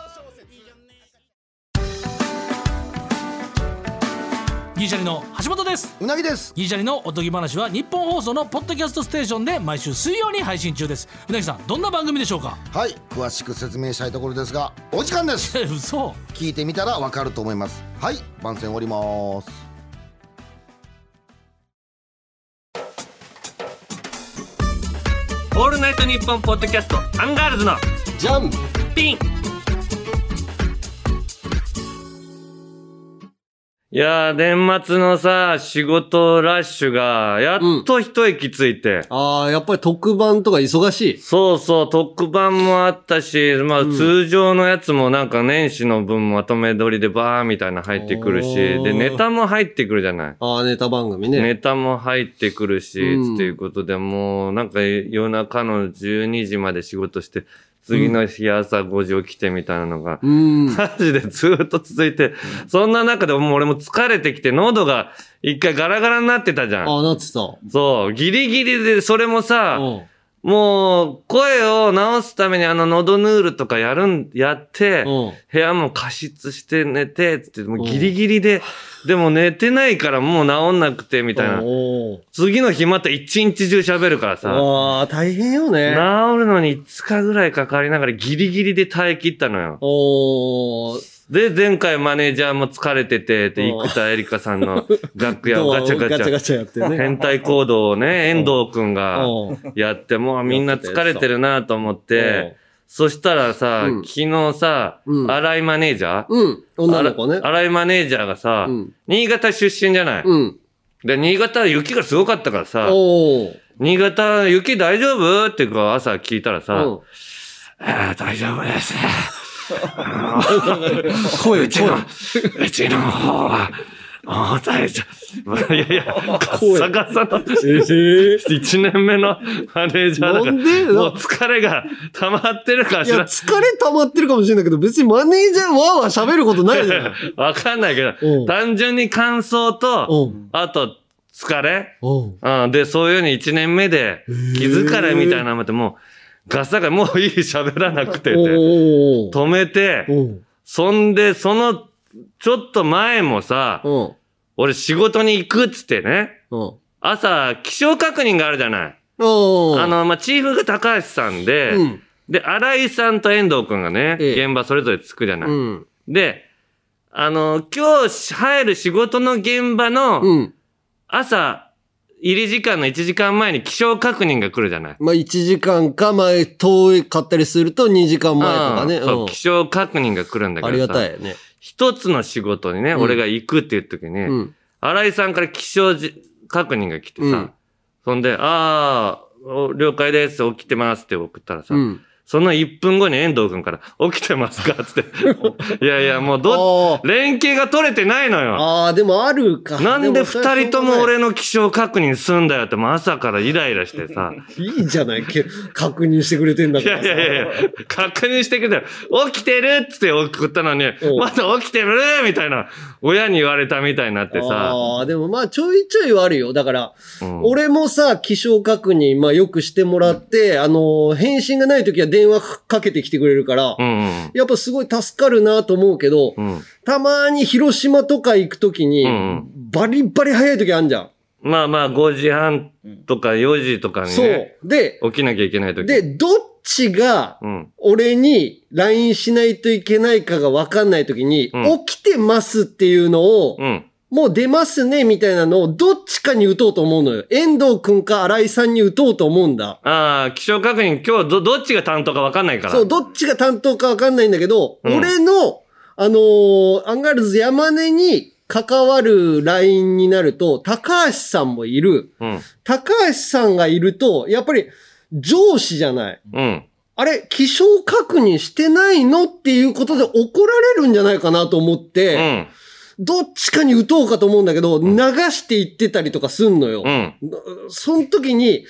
Speaker 4: 小説
Speaker 6: 銀シャリの橋本です
Speaker 7: うなぎです
Speaker 6: 銀シャリのおとぎ話は日本放送のポッドキャストステーションで毎週水曜に配信中ですうなぎさんどんな番組でしょうか
Speaker 7: はい詳しく説明したいところですがお時間です
Speaker 6: え嘘
Speaker 7: 聞いてみたらわかると思いますはい番宣終わります
Speaker 1: 「オールナイトニッポン」ポッドキャストアンガールズの
Speaker 2: ジャンプ。
Speaker 1: ピン いやー年末のさ仕事ラッシュがやっと一息ついて、
Speaker 2: ああ、やっぱり特番とか忙しい。
Speaker 1: そうそう特番もあったし、まあ、通常のやつもなんか年始の分まとめ撮りでバーみたいな入ってくるし
Speaker 2: おー
Speaker 1: でネタも入ってくるじゃない。
Speaker 2: ああ、ネタ番組ね。
Speaker 1: ネタも入ってくるし、
Speaker 2: うん
Speaker 1: っていうことでもうなんか夜中の12時まで仕事して次の日朝5時起きてみたいなのが、
Speaker 2: うん。
Speaker 1: マジでずっと続いて、そんな中でもう俺も疲れてきて喉が一回ガラガラになってたじゃん。
Speaker 2: ああ、なってた。う
Speaker 1: そう、ギリギリでそれもさ、
Speaker 2: ん。
Speaker 1: もう声を治すためにあの喉ヌールとかやるん、やって、
Speaker 2: うん。
Speaker 1: 部屋も加湿して寝て、つって、もうギリギリで、でも寝てないからもう治んなくて、みたいな。
Speaker 2: お
Speaker 1: 次の日また一日中喋るからさ、
Speaker 2: ああー、大変よ
Speaker 1: 治
Speaker 2: ね。
Speaker 1: るのに5日ぐらいかかりながらギリギリで耐え切ったのよ。
Speaker 2: おお。
Speaker 1: で、前回マネージャーも疲れてて、で、
Speaker 2: お
Speaker 1: 生田絵梨花さん の楽屋をガチャガ
Speaker 2: ガチャガ
Speaker 1: チ
Speaker 2: チャやって
Speaker 1: ャ、
Speaker 2: ね。
Speaker 1: 変態行動をね、遠藤くんが
Speaker 2: うん
Speaker 1: やって、もうみんな疲れてるなと思っ
Speaker 2: うん
Speaker 1: て、そしたらさ、
Speaker 2: うん
Speaker 1: 昨日さ、
Speaker 2: うん
Speaker 1: 新井マネージャー
Speaker 2: うん。女の子ね。
Speaker 1: 新井マネージャーがさ、
Speaker 2: うん
Speaker 1: 新潟出身じゃない、
Speaker 2: うん。
Speaker 1: で、新潟は雪がすごかったからさ、
Speaker 2: おお。
Speaker 1: 新潟雪大丈夫ってこう朝聞いたらさ、
Speaker 2: うん
Speaker 1: あー大丈夫 です。
Speaker 2: 声、
Speaker 1: うちの
Speaker 2: 声。、
Speaker 1: うちの方は、もう大丈夫。 いやいや、ガッ
Speaker 2: 声
Speaker 1: サガサの
Speaker 2: ええ
Speaker 1: 1年目のマネージャーだから、
Speaker 2: なんで
Speaker 1: もう疲れが溜まってるか
Speaker 2: い
Speaker 1: し
Speaker 2: や、
Speaker 1: らん。
Speaker 2: 疲れ溜まってるかもしれないけど、別にマネージャーわーわー喋ることないじゃ ん。
Speaker 1: わかんないけ
Speaker 2: う
Speaker 1: ど、
Speaker 2: ん
Speaker 1: 単純に感想と、
Speaker 2: うん。
Speaker 1: あと疲れ
Speaker 2: うん。
Speaker 1: うん、で、そういうように1年目で気づかれみたいなのってもう、ガッサガサ、もういい喋らなくてって、
Speaker 2: おー
Speaker 1: 止めて、
Speaker 2: うん。
Speaker 1: そんで、その、ちょっと前もさ、
Speaker 2: うん。
Speaker 1: 俺仕事に行くっつってね、
Speaker 2: うん。
Speaker 1: 朝、気象確認があるじゃない。
Speaker 2: うん。
Speaker 1: あ、の、まあ、チーフが高橋さんで、
Speaker 2: うん。
Speaker 1: で、新井さんと遠藤くんがね、
Speaker 2: ええ
Speaker 1: 現場それぞれつくじゃない。
Speaker 2: うん。
Speaker 1: で、あの、今日入る仕事の現場の
Speaker 2: うん。
Speaker 1: 朝、入り時間の1時間前に気象確認が来るじゃない。
Speaker 2: まあ、1時間か前、遠かったりすると2時間前とかね。
Speaker 1: うんそう、
Speaker 2: う
Speaker 1: 気象確認が来るんだ
Speaker 2: ん。
Speaker 1: け
Speaker 2: あり
Speaker 1: ど
Speaker 2: がた
Speaker 1: さ、
Speaker 2: いよね。
Speaker 1: 一つの仕事にね、
Speaker 2: うん
Speaker 1: 俺が行くっていう時に、
Speaker 2: うん。
Speaker 1: 新井さんから気象じ確認が来てさ、
Speaker 2: うん
Speaker 1: そんで、ああ、お了解です、起きてますって送ったらさ、
Speaker 2: うん。
Speaker 1: その1分後に遠藤くんから、起きてますかつ って。いやいや、もうど、
Speaker 2: あー
Speaker 1: 連携が取れてないのよ。
Speaker 2: あー、でもあるか。
Speaker 1: なんで二人とも俺
Speaker 2: の。
Speaker 1: の気象確認すんだよって、もう朝からイライラして さ。
Speaker 2: いいじゃない、け確認してくれてんだ
Speaker 1: い
Speaker 2: から
Speaker 1: や
Speaker 2: さ。
Speaker 1: いやいやいや、確認してくれたら、起きてるっつって送ったのに
Speaker 2: う、ん
Speaker 1: まだ起きてるみたいな、親に言われたみたいになってさ。
Speaker 2: ああ、でもまあちょいちょいはあるよ。だから、
Speaker 1: うん
Speaker 2: 俺もさ、気象確認、まあよくしてもらって、あのー、返信がない時は電話かけてきてくれるから、
Speaker 1: うん
Speaker 2: やっぱすごい助かるなと思うけど、
Speaker 1: うん。うん。
Speaker 2: たまに広島とか行く時に、
Speaker 1: うんう
Speaker 2: バリバリ早い時あんじゃん。
Speaker 1: まあまあ、5時半とか4時とかに
Speaker 2: そ
Speaker 1: ね、
Speaker 2: う。で、
Speaker 1: 起きなきゃいけない時。
Speaker 2: で、どっちが、
Speaker 1: うん。
Speaker 2: 俺に LINE しないといけないかがわかんない時に、
Speaker 1: うん
Speaker 2: 起きてますっていうのを、
Speaker 1: うん。
Speaker 2: もう出ますね、みたいなのを、どっちかに打とうと思うのよ。遠藤くんか新井さんに打とうと思うんだ。
Speaker 1: ああ、気象確認、今日ど、どっちが担当か分かんないから。
Speaker 2: そう、どっちが担当かわかんないんだけど、
Speaker 1: うん
Speaker 2: 俺の、あのーアンガールズ山根に関わるラインになると、高橋さんもいる。
Speaker 1: うん。
Speaker 2: 高橋さんがいると、やっぱり上司じゃない。
Speaker 1: うん。
Speaker 2: あれ、気象確認してないのっていうことで怒られるんじゃないかなと思っ
Speaker 1: う
Speaker 2: て、
Speaker 1: ん。
Speaker 2: どっちかに打とうかと思うんだけど、流していってたりとかすんのよ。
Speaker 1: うん。
Speaker 2: その時に、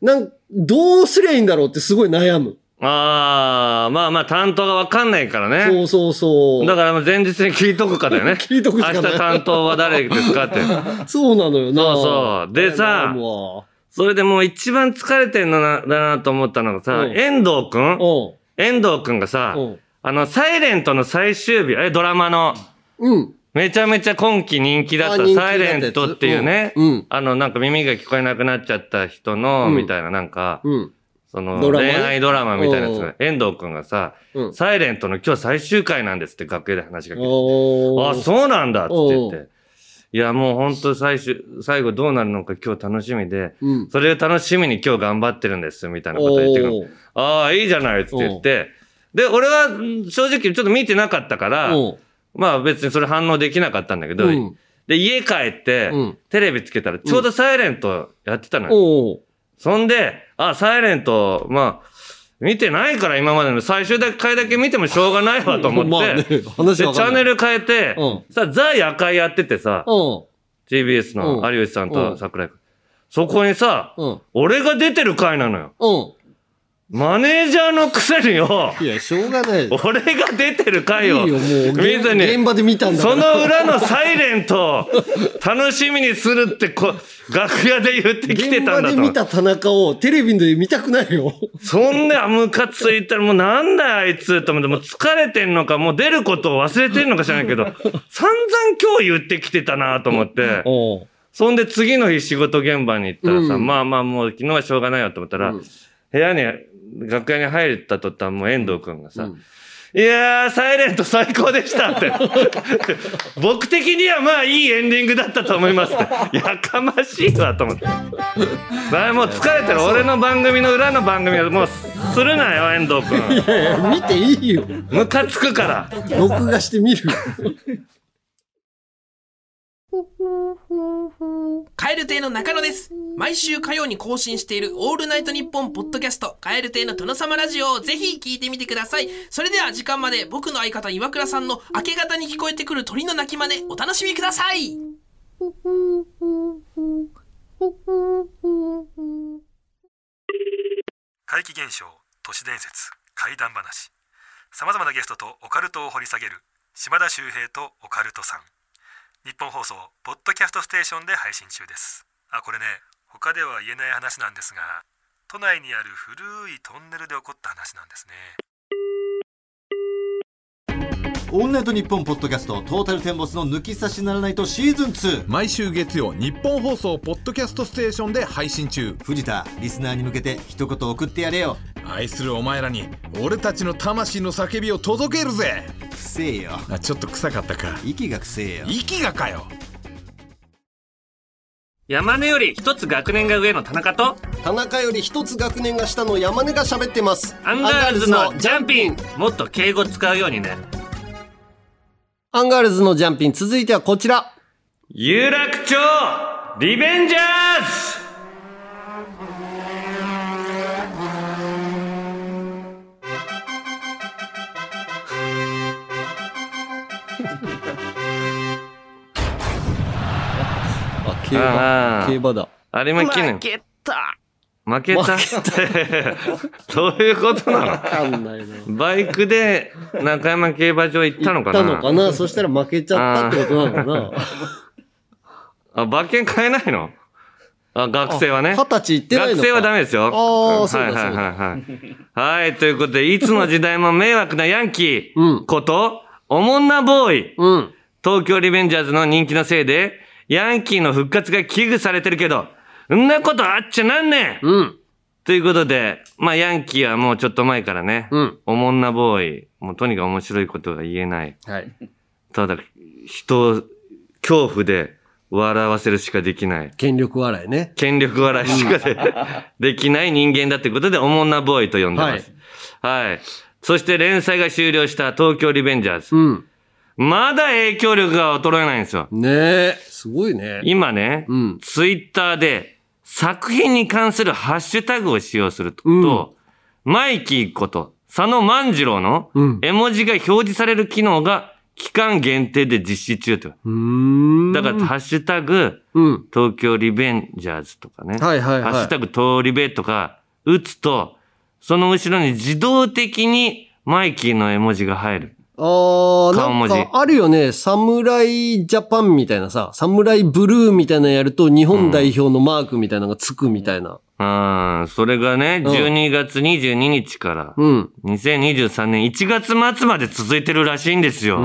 Speaker 2: なん、どうすりゃいいんだろうってすごい悩む。
Speaker 1: ああ、まあまあ、担当が分かんないからね。
Speaker 2: そうそうそう。
Speaker 1: だからもう前日に聞いとくかだよね。
Speaker 2: 聞いとくしかない
Speaker 1: 明日担当は誰ですかって。
Speaker 2: そうなのよな。
Speaker 1: そうそうでさ
Speaker 2: あれなのは
Speaker 1: それでもう一番疲れてんのな、だなと思ったのがさ
Speaker 2: う、ん
Speaker 1: 遠藤くん
Speaker 2: う
Speaker 1: 遠藤くんがさ、
Speaker 2: ん。
Speaker 1: あの、サイレントの最終日、え、ドラマの、
Speaker 2: うん。うん。
Speaker 1: めちゃめちゃ今季人気だっ
Speaker 2: あ人
Speaker 1: た、
Speaker 2: 気だった
Speaker 1: サイレントっていうね、
Speaker 2: うんうん
Speaker 1: あの、なんか耳が聞こえなくなっちゃった人の、
Speaker 2: うん
Speaker 1: みたいな、なんか、
Speaker 2: うん。
Speaker 1: その、
Speaker 2: ドラマ
Speaker 1: 恋
Speaker 2: ね
Speaker 1: 愛ドラマみたいなやつ
Speaker 2: う
Speaker 1: が
Speaker 2: ん、
Speaker 1: 遠藤くんがさ、
Speaker 2: うん
Speaker 1: サイレントの今日最終回なんですって楽屋で話が来て。
Speaker 2: お
Speaker 1: あ、
Speaker 2: ー
Speaker 1: そうなんだって言っ
Speaker 2: お
Speaker 1: て。いや、もう本当最終、最後どうなるのか今日楽しみで、
Speaker 2: うん。
Speaker 1: それを楽しみに今日頑張ってるんです、みたいなこと言ってくる。
Speaker 2: おー
Speaker 1: ああ、いいじゃないっつって言って。で、俺はん正直ちょっと見てなかったから、
Speaker 2: おー
Speaker 1: まあ別にそれ反応できなかったんだけど、
Speaker 2: うん。
Speaker 1: で、家帰って、
Speaker 2: うん
Speaker 1: テレビつけたらちょうどサイレントやってたのよ。
Speaker 2: おー
Speaker 1: そんで、あ、サイレント、まあ、見てないから今までの最終回だけ見てもしょうがないわと思って、
Speaker 2: まあね話
Speaker 1: で、チ
Speaker 2: わか
Speaker 1: ャ
Speaker 2: ん
Speaker 1: ン
Speaker 2: な
Speaker 1: ネ
Speaker 2: い。
Speaker 1: ル変えて、
Speaker 2: う
Speaker 1: さ、ザ・夜会やっててさ、
Speaker 2: う
Speaker 1: TBS の
Speaker 2: うん
Speaker 1: 有吉さんと桜井君。そこにさ、
Speaker 2: ん。うん。
Speaker 1: 俺が出てる回なのよ。
Speaker 2: う
Speaker 1: マネージャーのくせによ、
Speaker 2: ん。いや、しょう がない。いいよ、
Speaker 1: 俺が出てる回
Speaker 2: も
Speaker 1: を
Speaker 2: う。
Speaker 1: 見
Speaker 2: 現
Speaker 1: ずに
Speaker 2: 現、場で見たんだから
Speaker 1: その裏のサイレントを楽しみにするってこ、楽屋で言ってきてたんだと
Speaker 2: 現場で
Speaker 1: 思
Speaker 2: 見
Speaker 1: う。
Speaker 2: た田中をテレビで見たくないよ。
Speaker 1: そんなムカついたらもうなんだよあいつと思って、もう疲れてんのか、もう出ることを忘れてんのか知らないけど、散々今日言ってきてたなと思って。
Speaker 2: おう
Speaker 1: そんで次の日仕事現場に行ったらさ、
Speaker 2: うん
Speaker 1: まあまあもう昨日はしょうがないよと思ったら、
Speaker 2: うん
Speaker 1: 部屋に、楽屋に入った途端もう遠藤くんがさ、
Speaker 2: うん
Speaker 1: いやー、サイレント最高でした って。僕的にはまあいいエンディングだったと思いますって。やかましいわと思って。まあもう疲れてる。俺の番組の裏の番組はもうするなよ、遠藤くん。
Speaker 2: いやいや、見ていいよ。
Speaker 1: ムカつくから。
Speaker 2: 録画して見る。
Speaker 5: 蛙亭の中野です。毎週火曜に更新しているオールナイトニッポンポッドキャスト、蛙亭の殿様ラジオをぜひ聞いてみてください。それでは時間まで僕の相方岩倉さんの明け方に聞こえてくる鳥の鳴き真似お楽しみください。
Speaker 8: 怪奇現象都市伝説怪談話さまざまなゲストとオカルトを掘り下げる島田秀平とオカルトさん日本放送ポッドキャストステーションで配信中ですあこれね他では言えない話なんですが都内にある古いトンネルで起こった話なんですね
Speaker 9: オールナイトニッポンポッドキャストトータルテンボスの抜き差しならないとシーズン2
Speaker 10: 毎週月曜日本放送ポッドキャストステーションで配信中
Speaker 9: 藤田リスナーに向けて一言送ってやれよ
Speaker 10: 愛するお前らに俺たちの魂の叫びを届けるぜ
Speaker 9: くせえよ
Speaker 10: あちょっと臭かったか
Speaker 9: 息がくせえよ
Speaker 10: 息がかよ
Speaker 1: 山根より一つ学年が上の田中と、
Speaker 2: 田中より一つ学年が下の山根が喋ってます。
Speaker 1: アンガールズのジャンピン。もっと敬語使うようにね。
Speaker 2: アンガールズのジャンピン、続いてはこちら。
Speaker 1: 有楽町リベンジャーズ
Speaker 2: 競馬。
Speaker 1: あー
Speaker 2: 競馬だ。
Speaker 1: 有馬記念。負けた。負けたって、 どういうことなのわ
Speaker 2: かんないな。
Speaker 1: バイクで中山競馬場行ったのかな
Speaker 2: たのかなそしたら負けちゃったってことなのかな
Speaker 1: あ、馬券買えないのあ、学生はね。
Speaker 2: あ二十歳行ってないのか
Speaker 1: 学生はダメですよ。
Speaker 2: ああ、そう
Speaker 1: はい
Speaker 2: だ
Speaker 1: はい
Speaker 2: そ
Speaker 1: は
Speaker 2: うだ。
Speaker 1: いはい。はい、ということで、いつの時代も迷惑なヤンキーこと、おもんなボーイ。東京リベンジャーズの人気のせいで、ヤンキーの復活が危惧されてるけど、んなことあっちゃなんねん、ということで、まあ、ヤンキーはもうちょっと前からね、おもんなボーイ、もうとにかく面白いことが言えない。
Speaker 2: はい。
Speaker 1: ただ、人を恐怖で笑わせるしかできない。
Speaker 2: 権力笑いね。
Speaker 1: 権力笑いしかで できない人間だってことで、おもんなボーイと呼んでます。はい。そして連載が終了した東京リベンジャーズ。まだ影響力が衰えないんですよ。
Speaker 2: ねえ、すごいね。
Speaker 1: 今ね、ツイッターで作品に関するハッシュタグを使用すると、マイキーこと佐野万次郎の絵文字が表示される機能が期間限定で実施中と。だから、ハッシュタグ、東京リベンジャーズとかね。
Speaker 2: はいはいはい
Speaker 1: ハッシュタグ、東リベとか、打つと、その後ろに自動的にマイキーの絵文字が入る。
Speaker 2: あー、
Speaker 1: 顔
Speaker 2: な
Speaker 1: 文
Speaker 2: ん
Speaker 1: 字
Speaker 2: かあるよね。侍ジャパンみたいなさ、侍ブルーみたいなのやると日本代表のマークみたいなのがつくみたいな。
Speaker 1: うん、それがね、
Speaker 2: うん
Speaker 1: 12月22日から、2023年1月末まで続いてるらしいんですよ。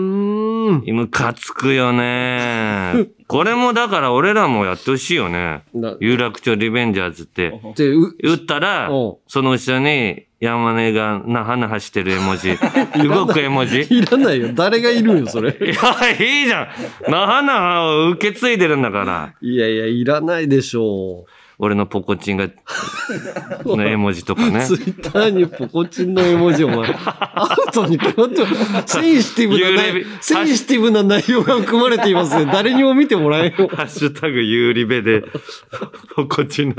Speaker 1: ムカつくよ ね。これもだから俺らもやってほしいよね
Speaker 2: な。
Speaker 1: 有楽町リベンジャーズって。
Speaker 2: で、う、
Speaker 1: 打ったら、その後ろに山根がなはなはしてる絵文 字。動く絵文字。
Speaker 2: いらないよ。誰がいるんよ、それ。
Speaker 1: いや、いいじゃん。なはなはを受け継いでるんだから。
Speaker 2: いやいや、いらないでしょう。
Speaker 1: 俺のポコチン が、の絵文字とかね。
Speaker 2: ツイッターにポコチンの絵文字、お 前。アウトに決まってるセンシティブな
Speaker 1: 幽
Speaker 2: 内
Speaker 1: 霊
Speaker 2: 容、センシティブな内容が含まれていますね。誰にも見てもらえんよ。
Speaker 1: ハッシュタグユーリベで、こっちの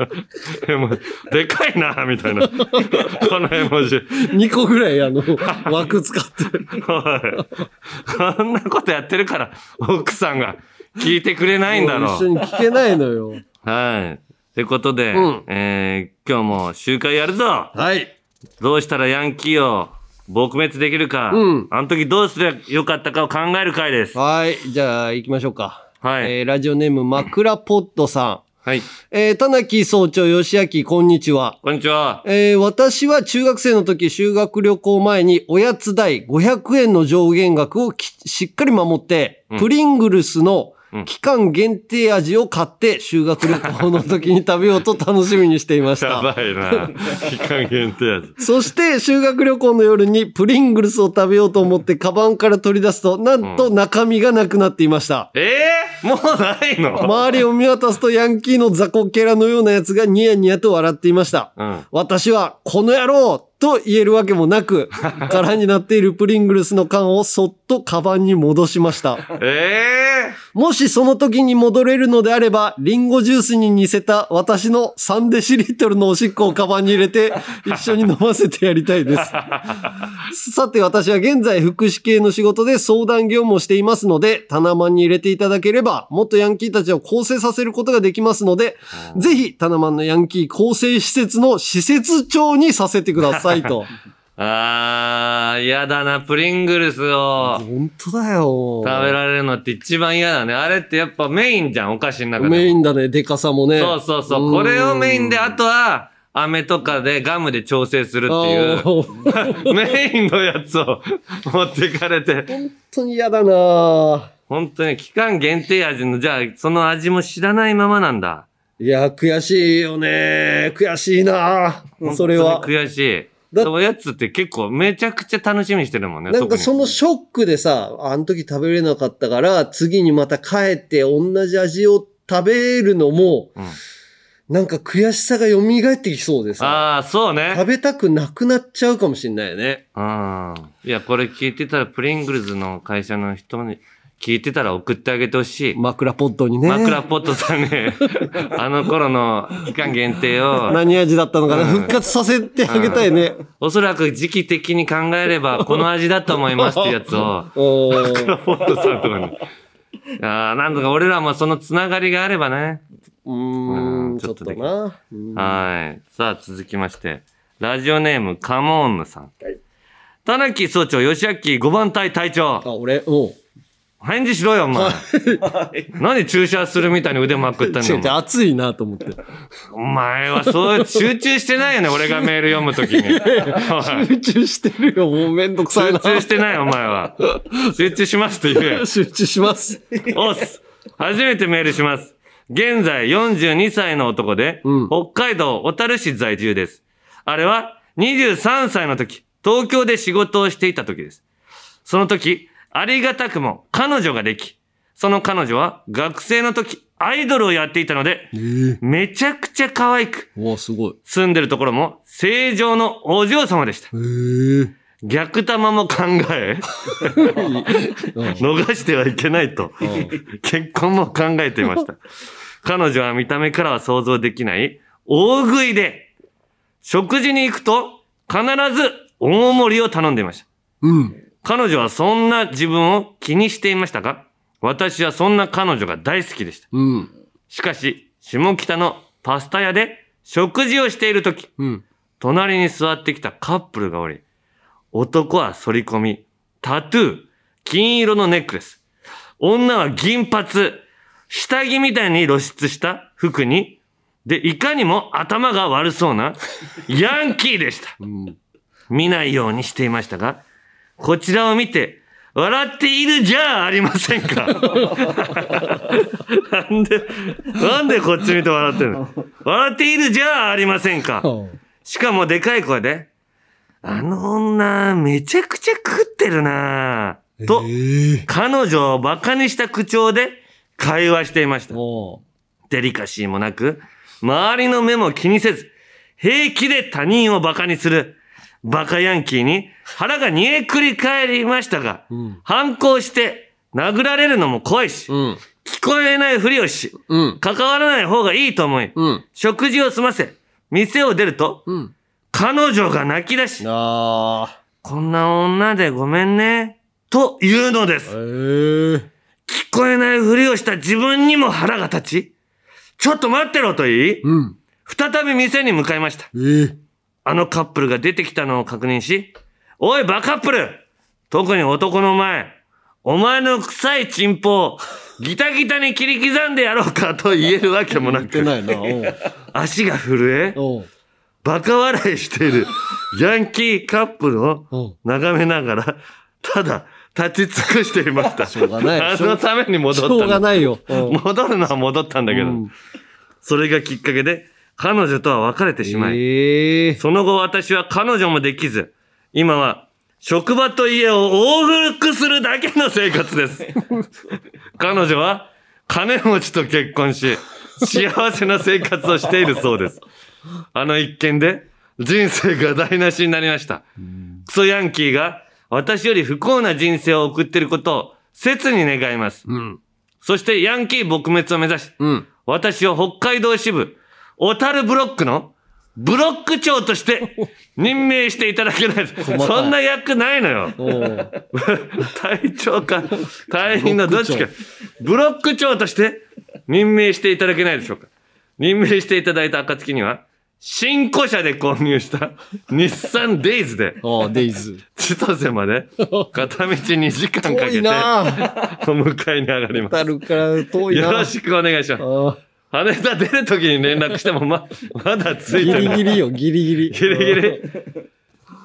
Speaker 1: 絵文字、でかいな、みたいな。この絵文字。
Speaker 2: 2個ぐらい、あの、枠使って。
Speaker 1: おいこんなことやってるから、奥さんが聞いてくれないんだろ
Speaker 2: もう一緒に聞けないのよ。
Speaker 1: はい。ってことで、
Speaker 2: うん
Speaker 1: えー今日も集会やるぞ
Speaker 2: はい。
Speaker 1: どうしたらヤンキーを撲滅できるか、
Speaker 2: うん
Speaker 1: あの時どうすればよかったかを考える回です。
Speaker 2: はい。じゃあ、行きましょうか。
Speaker 1: はい。
Speaker 2: えーラジオネーム、枕ポッドさん。
Speaker 1: はい。
Speaker 2: えー、田中総長、吉明、こんにちは。
Speaker 1: こんにちは。
Speaker 2: えー私は中学生の時修学旅行前におやつ代500円の上限額をきしっかり守って、
Speaker 1: うん
Speaker 2: プリングルスの期間限定味を買って修学旅行の時に食べようと楽しみにしていま し
Speaker 1: や
Speaker 2: た。
Speaker 1: ばいな。期間限定やつ。
Speaker 2: そして修学旅行の夜にプリングルスを食べようと思ってカバンから取り出すと、なんと中身がなくなっていました。
Speaker 1: ええもうないの
Speaker 2: 周りを見渡すとヤンキーの雑魚キャラのようなやつがニヤニヤと笑っていました。
Speaker 1: うん。
Speaker 2: 私は、この野郎と言えるわけもなく、空になっているプリングルスの缶をそっとカバンに戻しました。
Speaker 1: ええ
Speaker 2: もしその時に戻れるのであれば、リンゴジュースに似せた私の3デシリットルのおしっこをカバンに入 れて、一緒に飲ませてやりた いです。さて私は現在福祉系の仕事で相談業務をしていますので、タナマンに入れていただければ、もっとヤンキーたちを構成させることができますので、ぜひタナマンのヤンキー構成施設の施設長にさせてくださ いと。
Speaker 1: あー、嫌だな、プリングルスを食
Speaker 2: 本当だよ。
Speaker 1: べられるのって一番嫌だね。あれってやっぱメインじゃん、お菓子の中でも。
Speaker 2: メインだね、デカさもね。
Speaker 1: そうそうそうう。
Speaker 2: ん
Speaker 1: これをメインで、あとは、飴とかでガムで調整するっていう
Speaker 2: あー、本
Speaker 1: メインのやつを 持ってかれて、
Speaker 2: 当に嫌だなぁ
Speaker 1: 本当に期間限定味の、じゃあ、その味も知らないままなんだ。
Speaker 2: いや、悔しいよね。悔しいな。それは
Speaker 1: 本。当に悔しい。
Speaker 2: だ
Speaker 1: おやつって結構めちゃくちゃ楽しみにしてるもんね。
Speaker 2: なん
Speaker 1: 特
Speaker 2: か
Speaker 1: に
Speaker 2: そのショックでさ、あの時食べれなかったから、次にまた帰って同じ味を食べるのも、なんか悔しさが蘇ってきそうでさ、
Speaker 1: ああ、そうね。
Speaker 2: 食べたくなくなっちゃうかもしんないよね。
Speaker 1: うん。いや、これ聞いてたら、プリングルズの会社の人に聞いてたら送ってあげてほしい。
Speaker 2: 枕ポットにね。
Speaker 1: 枕ポットさんね、 あの頃の期間限定を、
Speaker 2: 何味だったのかな、
Speaker 1: うん
Speaker 2: 復活させてあげたいね。
Speaker 1: おそらく時期的に考えれば、この味だと思いますってやつを、
Speaker 2: おー
Speaker 1: 枕ポットさんとかにああ、なんとか俺らもそのつながりがあればね。
Speaker 2: うー、
Speaker 1: うんん
Speaker 2: ち
Speaker 1: ち
Speaker 2: ょ
Speaker 1: ょ
Speaker 2: っ
Speaker 1: っ
Speaker 2: と
Speaker 1: とでき
Speaker 2: な。うん
Speaker 1: はい。さあ、続きまして。ラジオネーム、カモーンヌさん。田中総長、吉明5番隊隊長。
Speaker 2: あ、俺、おう。
Speaker 1: 返事しろよ、お前。何注射するみたいに腕まくった
Speaker 2: 違う違う、
Speaker 1: の
Speaker 2: 暑いなと思って。
Speaker 1: お前はそう、集中してない よね、俺がメール読むときに。おい
Speaker 2: 集中してるよ、もうめんどくさい
Speaker 1: 集
Speaker 2: な。
Speaker 1: 中してない、お前は。集中しますって言え。
Speaker 2: 集中します。
Speaker 1: おっす。初めてメールします。現在42歳の男で、
Speaker 2: うん
Speaker 1: 北海道小樽市在住です。あれは23歳の時、東京で仕事をしていた時です。その時、ありがたくも彼女ができ、その彼女は学生の時、アイドルをやっていたので、めちゃくちゃ可愛く、
Speaker 2: おすごい。
Speaker 1: 住んでるところも正常のお嬢様でした。
Speaker 2: へえ。
Speaker 1: 逆玉も考え、逃してはいけないと、結婚も考えていました。彼女は見た目からは想像できない大食いで、食事に行くと必ず大盛りを頼んでいました。
Speaker 2: うん。
Speaker 1: 彼女はそんな自分を気にしていましたが、私はそんな彼女が大好きでした。
Speaker 2: うん。
Speaker 1: しかし、下北のパスタ屋で食事をしているとき、
Speaker 2: うん。
Speaker 1: 隣に座ってきたカップルがおり、男は反り込み、タトゥー、金色のネックレス。女は銀髪、下着みたいに露出した服に、で、いかにも頭が悪そうな、ヤンキーでした。見ないようにしていましたが、こちらを見て、笑っているじゃありませんか。なんで、なんでこっち見て笑ってるの笑っているじゃありませんか。しかもでかい声で、あの女、めちゃくちゃ食ってるなぁと、彼女を馬鹿にした口調で会話していました。
Speaker 2: おう
Speaker 1: デリカシーもなく、周りの目も気にせず、平気で他人を馬鹿にする、馬鹿ヤンキーに腹が煮えくり返りましたが、
Speaker 2: うん。
Speaker 1: 反抗して殴られるのも怖いし、
Speaker 2: うん。
Speaker 1: 聞こえないふりをし、
Speaker 2: うん。
Speaker 1: 関わらない方がいいと思い、
Speaker 2: うん。
Speaker 1: 食事を済ませ、店を出ると、
Speaker 2: うん。
Speaker 1: 彼女が泣き出し、
Speaker 2: あ
Speaker 1: こんな女でごめんね、というので
Speaker 2: あ。
Speaker 1: す。
Speaker 2: へえ。
Speaker 1: 聞こえないふりをした自分にも腹が立ち、ちょっと待ってろと言い、
Speaker 2: うん。
Speaker 1: 再び店に向かいました。
Speaker 2: ええ。
Speaker 1: あのカップルが出てきたのを確認し、おいバカップル特に男の前、お前の臭いチンポをギタギタに切り刻んでやろうかと言えるわけもな
Speaker 2: 言って
Speaker 1: く、
Speaker 2: ないな。おう
Speaker 1: 足が震え、
Speaker 2: おう。
Speaker 1: バカ笑いしているヤンキーカップルを
Speaker 2: おう。
Speaker 1: 眺めながら、ただ立ち尽くしていました。
Speaker 2: しょうがない。
Speaker 1: あ
Speaker 2: しょ
Speaker 1: の
Speaker 2: う
Speaker 1: ために戻 っ
Speaker 2: しょ
Speaker 1: た
Speaker 2: うが
Speaker 1: んだ。
Speaker 2: ないよ。うん
Speaker 1: 戻るのは戻ったんだけど、
Speaker 2: うん
Speaker 1: それがきっかけで彼女とは別れてしまい、
Speaker 2: ええ。
Speaker 1: その後私は彼女もできず、今は職場と家を往復するだけの生活です。彼女は金持ちと結婚し、幸せな生活をしているそうです。あの一件で人生が台無しになりました。クソヤンキーが私より不幸な人生を送っていることを切に願います。
Speaker 2: うん。
Speaker 1: そしてヤンキー撲滅を目指し、
Speaker 2: うん。
Speaker 1: 私を北海道支部、小樽ブロックのブロック長と して任命していただけないです。
Speaker 2: い
Speaker 1: そんな役ないのよ。
Speaker 2: おう。
Speaker 1: 隊長か、隊員のどっちか。ブロック長として任命していただけないでしょうか。任命していただいた暁には、新古車で購入した日産デイズで
Speaker 2: おう、デイズ。
Speaker 1: 千歳まで片道2時間か
Speaker 2: 遠
Speaker 1: けて
Speaker 2: い
Speaker 1: お
Speaker 2: な。
Speaker 1: 迎えに上がりま
Speaker 2: た
Speaker 1: す。
Speaker 2: るから遠いな。
Speaker 1: よろしくお願いします。
Speaker 2: あ
Speaker 1: 羽田出るときに連絡してもま、まだつ
Speaker 2: あ
Speaker 1: い
Speaker 2: ギ
Speaker 1: て
Speaker 2: リ
Speaker 1: ない。
Speaker 2: ギリよ、ギリギリ。
Speaker 1: ギリギリ。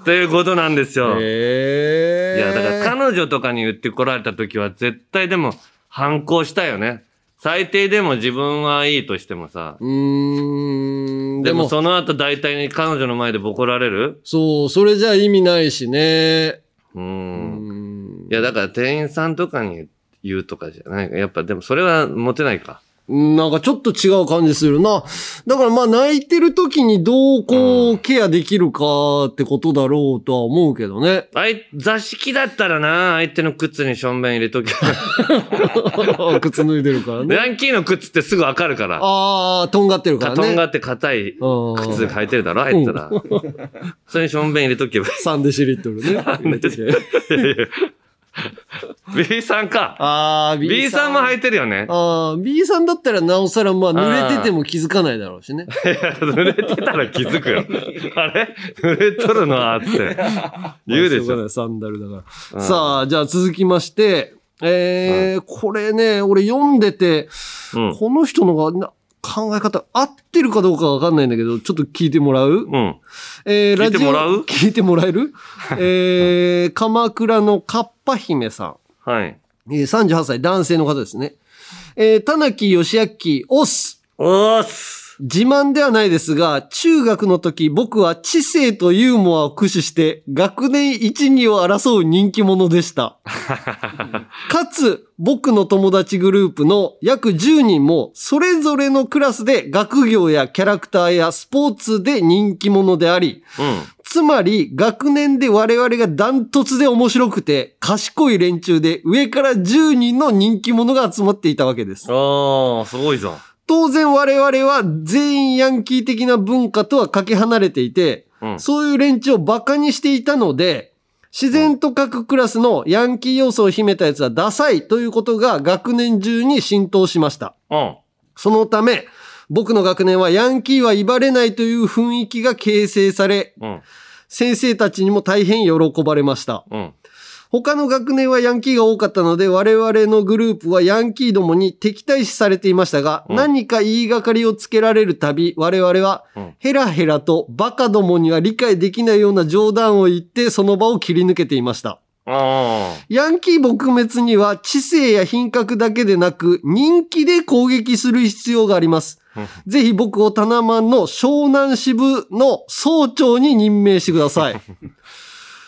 Speaker 1: ということなんですよ。
Speaker 2: へえ。
Speaker 1: いや、だから彼女とかに言ってこられたときは絶対でも反抗したよね。最低でも自分はいいとしてもさ。
Speaker 2: うーん、
Speaker 1: で
Speaker 2: で
Speaker 1: も
Speaker 2: も、
Speaker 1: その後大体に彼女の前でボコられる
Speaker 2: そう、それじゃ意味ないしね。
Speaker 1: う。
Speaker 2: うんん
Speaker 1: いや、だから店員さんとかに言うとかじゃない。やっぱでもそれはモテないか。
Speaker 2: なんかちょっと違う感じするな。だからまあ泣いてる時にどうこうケアできるかってことだろうとは思うけ どね。
Speaker 1: あい、座敷だったらな、相手の靴にしょんべん入れとき。
Speaker 2: 靴脱いでるからね。
Speaker 1: ヤンキーの靴ってすぐわかるから。
Speaker 2: ああ、とんがってるか
Speaker 1: カ
Speaker 2: らね。
Speaker 1: トンがあって硬い靴
Speaker 2: 靴
Speaker 1: 履いてるだろあいつら。 それにしょんべん入れとけばい
Speaker 2: 3デシリットルね。
Speaker 1: い。 B さんか。
Speaker 2: あー
Speaker 1: B さんも履いてるよね。
Speaker 2: ああ、B さんだったらなおさら、まあ、濡れてても気づかないだろうしね。
Speaker 1: いや濡れてたら気づ くよ。あれ濡れとるなって。言うでし
Speaker 2: まあしょうが
Speaker 1: ょ。
Speaker 2: ないサンダルだから。
Speaker 1: うん
Speaker 2: さあ、じゃあ続きまして、えー、これね、俺読んでて、
Speaker 1: うん
Speaker 2: この人のがな考え方合ってるかどうかわかんないんだけど、ちょっと聞いてもらう、
Speaker 1: うん。
Speaker 2: えー、
Speaker 1: 聞いてもらう
Speaker 2: ラジオ 聞いてもらえるえー、鎌倉のカッパ姫さん。
Speaker 1: はい。
Speaker 2: えー38歳男性の方ですね。えー、田中義明、オス。
Speaker 1: おーす。
Speaker 2: 自慢ではないですが、中学の時僕は知性とユーモアを駆使して学年1、2を争う人気者でした。かつ、僕の友達グループの約10人もそれぞれのクラスで学業やキャラクターやスポーツで人気者であり、
Speaker 1: うん。
Speaker 2: つまり、学年で我々がダントツで面白くて、賢い連中で上から10人の人気者が集まっていたわけです。
Speaker 1: ああ、すごいぞ。
Speaker 2: 当然我々は全員ヤンキー的な文化とはかけ離れていて、
Speaker 1: うん
Speaker 2: そういう連中を馬鹿にしていたので、自然と各クラスのヤンキー要素を秘めたやつはダサいということが学年中に浸透しました。
Speaker 1: うん。
Speaker 2: そのため、僕の学年はヤンキーは威張れないという雰囲気が形成され、
Speaker 1: うん。
Speaker 2: 先生たちにも大変喜ばれました。
Speaker 1: うん。
Speaker 2: 他の学年はヤンキーが多かったので、我々のグループはヤンキーどもに敵対視されていましたが、
Speaker 1: うん
Speaker 2: 何か言いがかりをつけられるたび、我々は
Speaker 1: うん、
Speaker 2: ヘラヘラとバカどもには理解できないような冗談を言って、その場を切り抜けていました。
Speaker 1: あ
Speaker 2: ヤンキー撲滅には知性や品格だけでなく人気で攻撃する必要があります
Speaker 1: うん。
Speaker 2: ぜひ僕をタナマンの湘南支部の総長に任命してください。
Speaker 1: あ。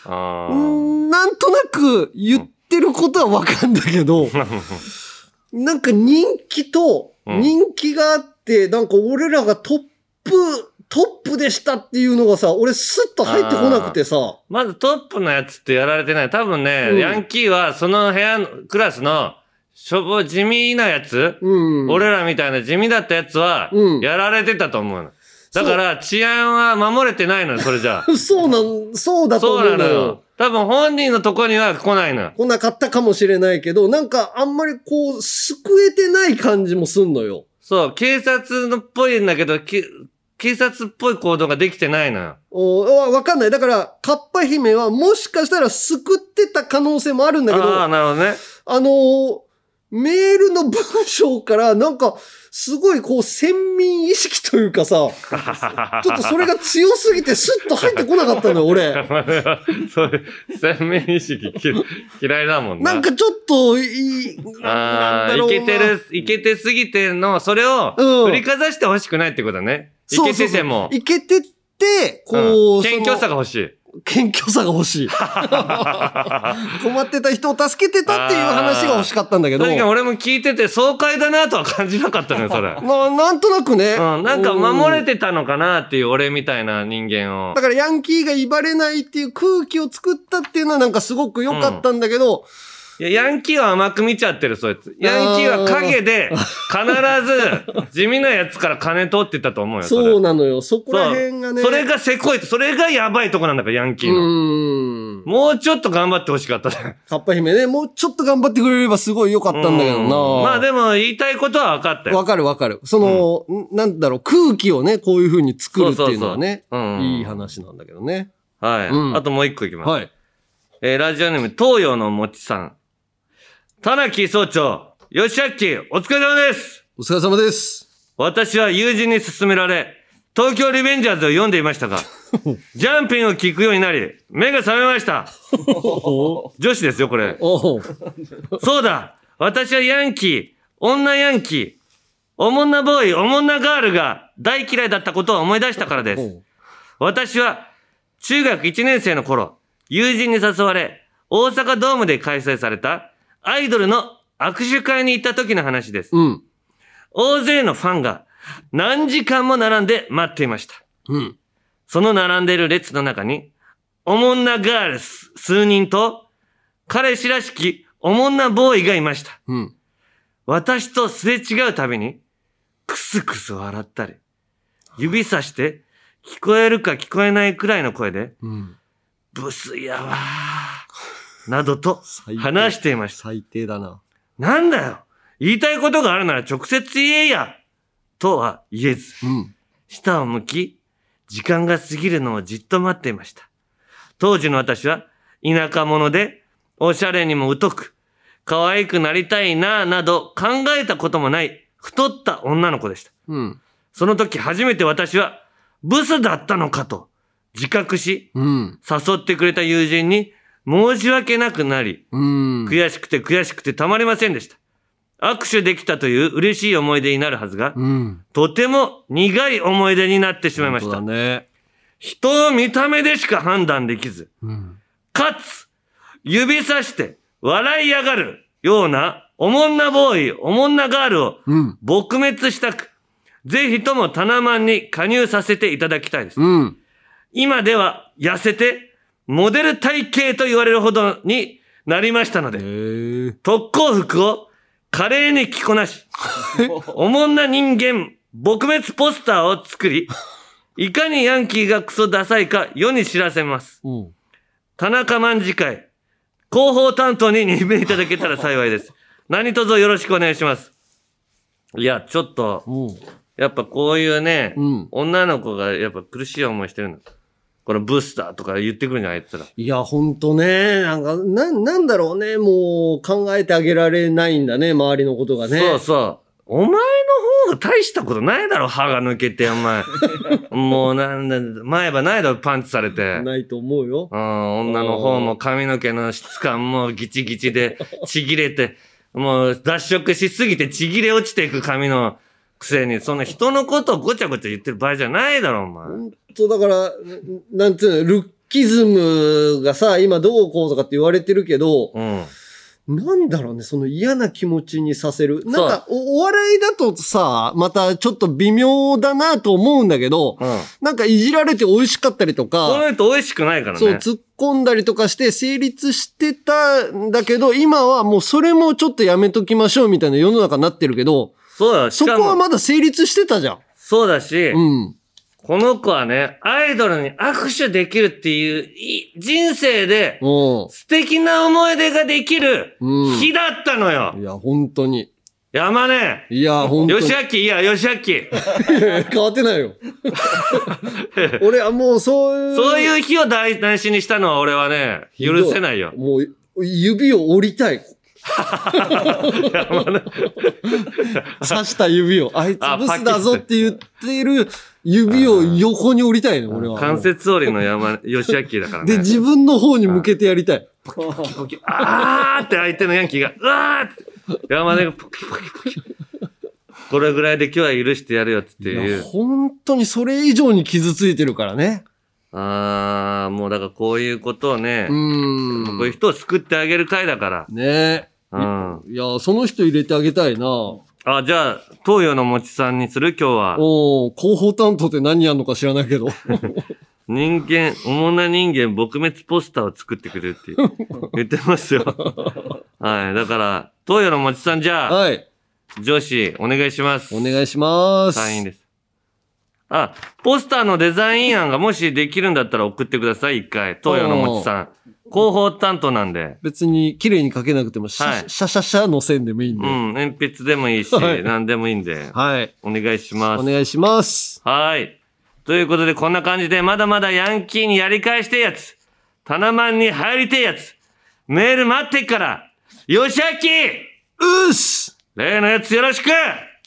Speaker 1: あ
Speaker 2: うーんなんとなく言ってることはわかんだけど、なんか人気と、
Speaker 1: うん
Speaker 2: 人気があって、なんか俺らがトップ、トップでしたっていうのがさ、俺スッと入ってこなくてさ、
Speaker 1: まずトップのやつってやられてない。多分ね、
Speaker 2: うん
Speaker 1: ヤンキーはその部屋の、クラスの、しょぼ地味なやつ、
Speaker 2: うん。
Speaker 1: 俺らみたいな地味だったやつは
Speaker 2: うん、
Speaker 1: やられてたと思うの。だから、治安は守れてないのよ、それじゃあ。
Speaker 2: そうなん、 そうだと
Speaker 1: そう
Speaker 2: 思
Speaker 1: な
Speaker 2: う
Speaker 1: の
Speaker 2: のよ
Speaker 1: よ。。多分本人のとこには来ないのよ。
Speaker 2: 来なかったかもしれないけど、なんかあんまりこう、救えてない感じもすんのよ。
Speaker 1: そう、警察のっぽいんだけど、き警察っぽい行動ができてないのよ。
Speaker 2: おわわかんない。だから、カッパ姫はもしかしたら救ってた可能性もあるんだけど、
Speaker 1: ああ、なるほどね。
Speaker 2: あのーメールの文章からなんか、すごいこう、先民意識という かさ、ちょっとそれが強すぎてスッと入ってこなかったのよ、 俺。
Speaker 1: そういう、鮮明意識き嫌いだもんな。
Speaker 2: なんかちょっと、いい、な
Speaker 1: あ
Speaker 2: んだ
Speaker 1: あ、
Speaker 2: ろう
Speaker 1: い
Speaker 2: な。
Speaker 1: けてる、いけてすぎての、それを
Speaker 2: うん
Speaker 1: 振りかざしてほしくないってことね。い
Speaker 2: そう
Speaker 1: け
Speaker 2: そうそう。
Speaker 1: てても。
Speaker 2: いけてって、こう、
Speaker 1: うん
Speaker 2: その
Speaker 1: 謙虚さが欲しい。
Speaker 2: 謙虚さが欲しい。 困ってた人を助けてたっていう話が欲しかったんだけど、
Speaker 1: 確かに
Speaker 2: な
Speaker 1: 俺も聞いてて爽快だなとは感じなかった のよ、それ。う
Speaker 2: なんとなくね、
Speaker 1: ん、なんか守れ
Speaker 2: て
Speaker 1: てたのかなっていう俺みたいな人間を
Speaker 2: だ。からヤンキーが威張れないっていう空気を作ったっていうのはなんかすごく良かったんだけど、
Speaker 1: いや、ヤンキーは甘く見ちゃってる、そいつ。ヤンキーは陰で、必ず地味なやつから金取ってたと思うよ、それ。
Speaker 2: そうなのよ。そこら
Speaker 1: そう
Speaker 2: 辺がね。
Speaker 1: それがせこいと、それがやばいとこなんだから、ヤンキー
Speaker 2: う
Speaker 1: の。
Speaker 2: ーん。
Speaker 1: もうちょっと頑張ってほしかったね。
Speaker 2: カッパ姫ね、もうちょっと頑張ってくれればすごい良かったんだけどな。
Speaker 1: うんまあでも言いたいことは分かったよ。
Speaker 2: わかるわかる。その、んなんだろう、空気をね、こういう風に作るっていうのはね、
Speaker 1: そうそうそううん
Speaker 2: いい話なんだけどね。
Speaker 1: はい、
Speaker 2: うん
Speaker 1: あともう一個いきます。
Speaker 2: はい。
Speaker 1: えーラジオネーム、東洋のもちさん。田中総長、吉明、お疲れ様です。
Speaker 2: お疲れ様です。
Speaker 1: 私は友人に勧められ、東京リベンジャーズを読んでいましたが、ジャンピンを聞くようになり、目が覚めました。女子ですよ、これ。
Speaker 2: おう
Speaker 1: そうだ私はヤンキー、女ヤンキー、おもんなボーイ、おもんなガールが大嫌いだったことを思い出したからで
Speaker 2: お
Speaker 1: す。
Speaker 2: う
Speaker 1: 私は中学1年生の頃、友人に誘われ、大阪ドームで開催されたアイドルの握手会に行った時の話です。
Speaker 2: うん。
Speaker 1: 大勢のファンが何時間も並んで待っていました。
Speaker 2: うん。
Speaker 1: その並んでいる列の中に、おもんなガールス数人と、彼氏らしきおもんなボーイがいました。
Speaker 2: うん。
Speaker 1: 私とすれ違うたびに、クスクス笑ったり、指さして、聞こえるか聞こえないくらいの声で、
Speaker 2: うん。
Speaker 1: ブスやわー。などと話していました。
Speaker 2: 最低だな。
Speaker 1: なんだよ言いたいことがあるなら直接言えやとは言えず、下を向き、時間が過ぎるのをじっと待っていました。当時の私は田舎者で、おしゃれにも疎く、可愛くなりたいなぁなど考えたこともない太った女の子でした。
Speaker 2: うん。
Speaker 1: その時初めて私はブスだったのかと自覚し、
Speaker 2: うん。
Speaker 1: 誘ってくれた友人に申し訳なくなり、
Speaker 2: うん。
Speaker 1: 悔しくて悔しくてたまりませんでした。握手できたという嬉しい思い出になるはずが、
Speaker 2: うん。
Speaker 1: とても苦い思い出になってしまいまし
Speaker 2: そう
Speaker 1: た
Speaker 2: だ。ね。
Speaker 1: 人を見た目でしか判断できず、
Speaker 2: うん。
Speaker 1: かつ、指さして笑い上がるような、おもんなボーイ、おもんなガールを
Speaker 2: うん。
Speaker 1: 撲滅したく、ぜひともタナマンに加入させていただきたいです。
Speaker 2: うん。
Speaker 1: 今では痩せて、モデル体型と言われるほどになりましたので、
Speaker 2: へえ。
Speaker 1: 特攻服を華麗に着こなし、おもんな人間撲滅ポスターを作り、いかにヤンキーがクソダサいか世に知らせます。
Speaker 2: うん。
Speaker 1: 田中万次会、広報担当に任命いただけたら幸いです。何卒よろしくお願いします。いや、ちょっと、
Speaker 2: うん。
Speaker 1: やっぱこういうね、
Speaker 2: うん。
Speaker 1: 女の子がやっぱ苦しい思いしてるの。このブスだとか言ってくるんじゃないやつら。
Speaker 2: いや、ほんとね。なんか、な、なんだろうね。もう、考えてあげられないんだね。周りのことがね。
Speaker 1: そうそう。お前の方が大したことないだろ、歯が抜けて、お 前。もうなんだ、前歯ないだろ、パンチされて。
Speaker 2: ないと思うよ。
Speaker 1: うん、女の方も髪の毛の質感もギチギチで、ちぎれて、もう脱色しすぎてちぎれ落ちていく髪のくせに、そんな人のことをごちゃごちゃ言ってる場合じゃないだろ、お前。
Speaker 2: 本当だから、ななんつうの、ルッキズムがさ、今どうこうとかって言われてるけど、
Speaker 1: うん。
Speaker 2: なんだろうね、その嫌な気持ちにさせる。なんかお、お笑いだとさ、またちょっと微妙だなと思うんだけど、
Speaker 1: うん。
Speaker 2: なんかいじられて美味しかったりと
Speaker 1: こ
Speaker 2: か、
Speaker 1: の人美味しくないからね。
Speaker 2: そう、突っ込んだりとかして成立してたんだけど、今はもうそれもちょっとやめときましょうみたいな世の中になってるけど、
Speaker 1: そうだよ。
Speaker 2: そ
Speaker 1: しか
Speaker 2: こは
Speaker 1: も、
Speaker 2: まだ成立してたじゃん。
Speaker 1: そうだし、
Speaker 2: うん。
Speaker 1: この子はね、アイドルに握手できるっていう、い人生で、
Speaker 2: うん。
Speaker 1: 素敵な思い出ができる
Speaker 2: うん
Speaker 1: 日だったのよ。
Speaker 2: いや、本当に。
Speaker 1: 山根。
Speaker 2: いや、本当に。
Speaker 1: 吉明、いや、吉 明。
Speaker 2: 変わってないよ。 俺はもうそういう。
Speaker 1: そういう日を台無しにしたのは俺はね、許せないよ。
Speaker 2: もう、指を折りたい。
Speaker 1: 山根。
Speaker 2: 刺した指を。あいつ
Speaker 1: あ
Speaker 2: ブスだぞって言ってる指を横に折りたいね、俺は。
Speaker 1: 関節折りの山根、吉明だから
Speaker 2: で、
Speaker 1: ね。
Speaker 2: 自分の方に向けてやりたい。
Speaker 1: あーって相手のヤンキーが、うわーって。山根がポキポキポキ。これぐらいで今日は許してやるよって
Speaker 2: い
Speaker 1: い
Speaker 2: や
Speaker 1: う。
Speaker 2: 本当にそれ以上に傷ついてるからね。
Speaker 1: あー、もうだからこういうことをね、
Speaker 2: う
Speaker 1: こうい
Speaker 2: ー。
Speaker 1: うん人を救ってあげる会だから。
Speaker 2: ね
Speaker 1: うん。
Speaker 2: いや、その人入れてあげたいな。お
Speaker 1: あ、じゃあ、東洋のもちさんにする今日は。
Speaker 2: お広報担当って何やんのか知らないけど。
Speaker 1: 人間、主な人間撲滅ポスターを作ってくれるって 言ってますよ。はい。だから、東洋のもちさんじゃあ、
Speaker 2: はい。
Speaker 1: 上司、お願いします。
Speaker 2: お願いします。
Speaker 1: 会員です。あ、ポスターのデザイン案がもしできるんだったら送ってください、一回。東洋のもちさん。広報担当なんで。
Speaker 2: 別に綺麗に書けなくても、シャ,、
Speaker 1: はい
Speaker 2: シャシャシャの線でもいいん
Speaker 1: う
Speaker 2: で。
Speaker 1: ん、鉛筆でもいいし、
Speaker 2: はい
Speaker 1: 何でもいいんで。
Speaker 2: はい。
Speaker 1: お願いします
Speaker 2: お。願いします。
Speaker 1: はい。ということで、こんな感じで、まだまだヤンキーにやり返してえやつ、タナマンに入りてえやつ、メール待ってっから、よしあき
Speaker 2: うっす
Speaker 1: 例のやつよろしく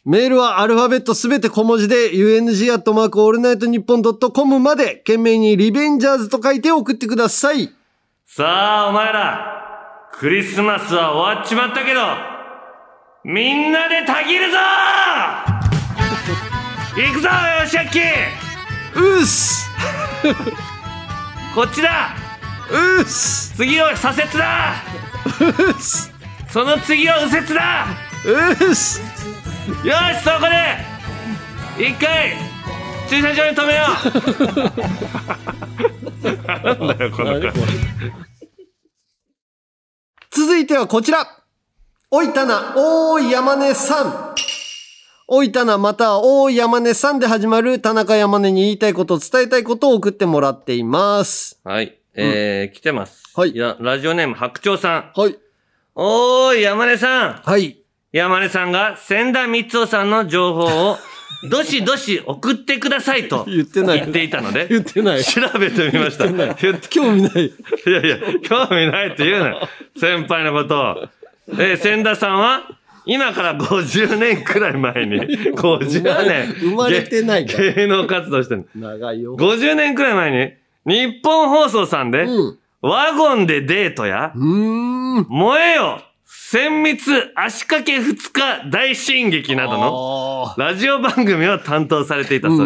Speaker 2: メールはアルファベットすべて小文字で、UNG アットマークオールナイトニッポンドットコムまで、懸命にリベンジャーズと書いて送ってください。
Speaker 1: さあ、お前ら、クリスマスは終わっちまったけど、みんなでたぎるぞ行くぞ、よしあき
Speaker 2: うっす
Speaker 1: こっちだ
Speaker 2: うっす
Speaker 1: 次を左折だ
Speaker 2: うっす
Speaker 1: その次を右折だ
Speaker 2: うっす
Speaker 1: よしそこで一回駐車場に止めようなんだよこの子
Speaker 2: 続いてはこちら。おいたな、おーい山根さん。おいたな、またはおーい山根さんで始まる田中山根に言いたいこと、伝えたいことを送ってもらっています。
Speaker 1: はいえー、来てます。はい。や、ラジオネーム白鳥さん。
Speaker 2: はい。
Speaker 1: おーい、山根さん。
Speaker 2: はい。
Speaker 1: 山根さんが千田光夫さんの情報 を、どしどし送ってくださいと言って
Speaker 2: ない
Speaker 1: いたので、
Speaker 2: 言ってない。
Speaker 1: 調べてみました。
Speaker 2: 興味ない。
Speaker 1: いやいや、興味ないって言うな。先輩のことを。えー、千田さんは、今から50年くらい前 に、50年。
Speaker 2: 生まれてないから
Speaker 1: 芸芸能活動してる。
Speaker 2: 長いよ。
Speaker 1: 50年くらい前に、日本放送さんで、ワゴンでデートや、燃えよ千密足掛け二日大進撃などの、ラジオ番組を担当されていたそうで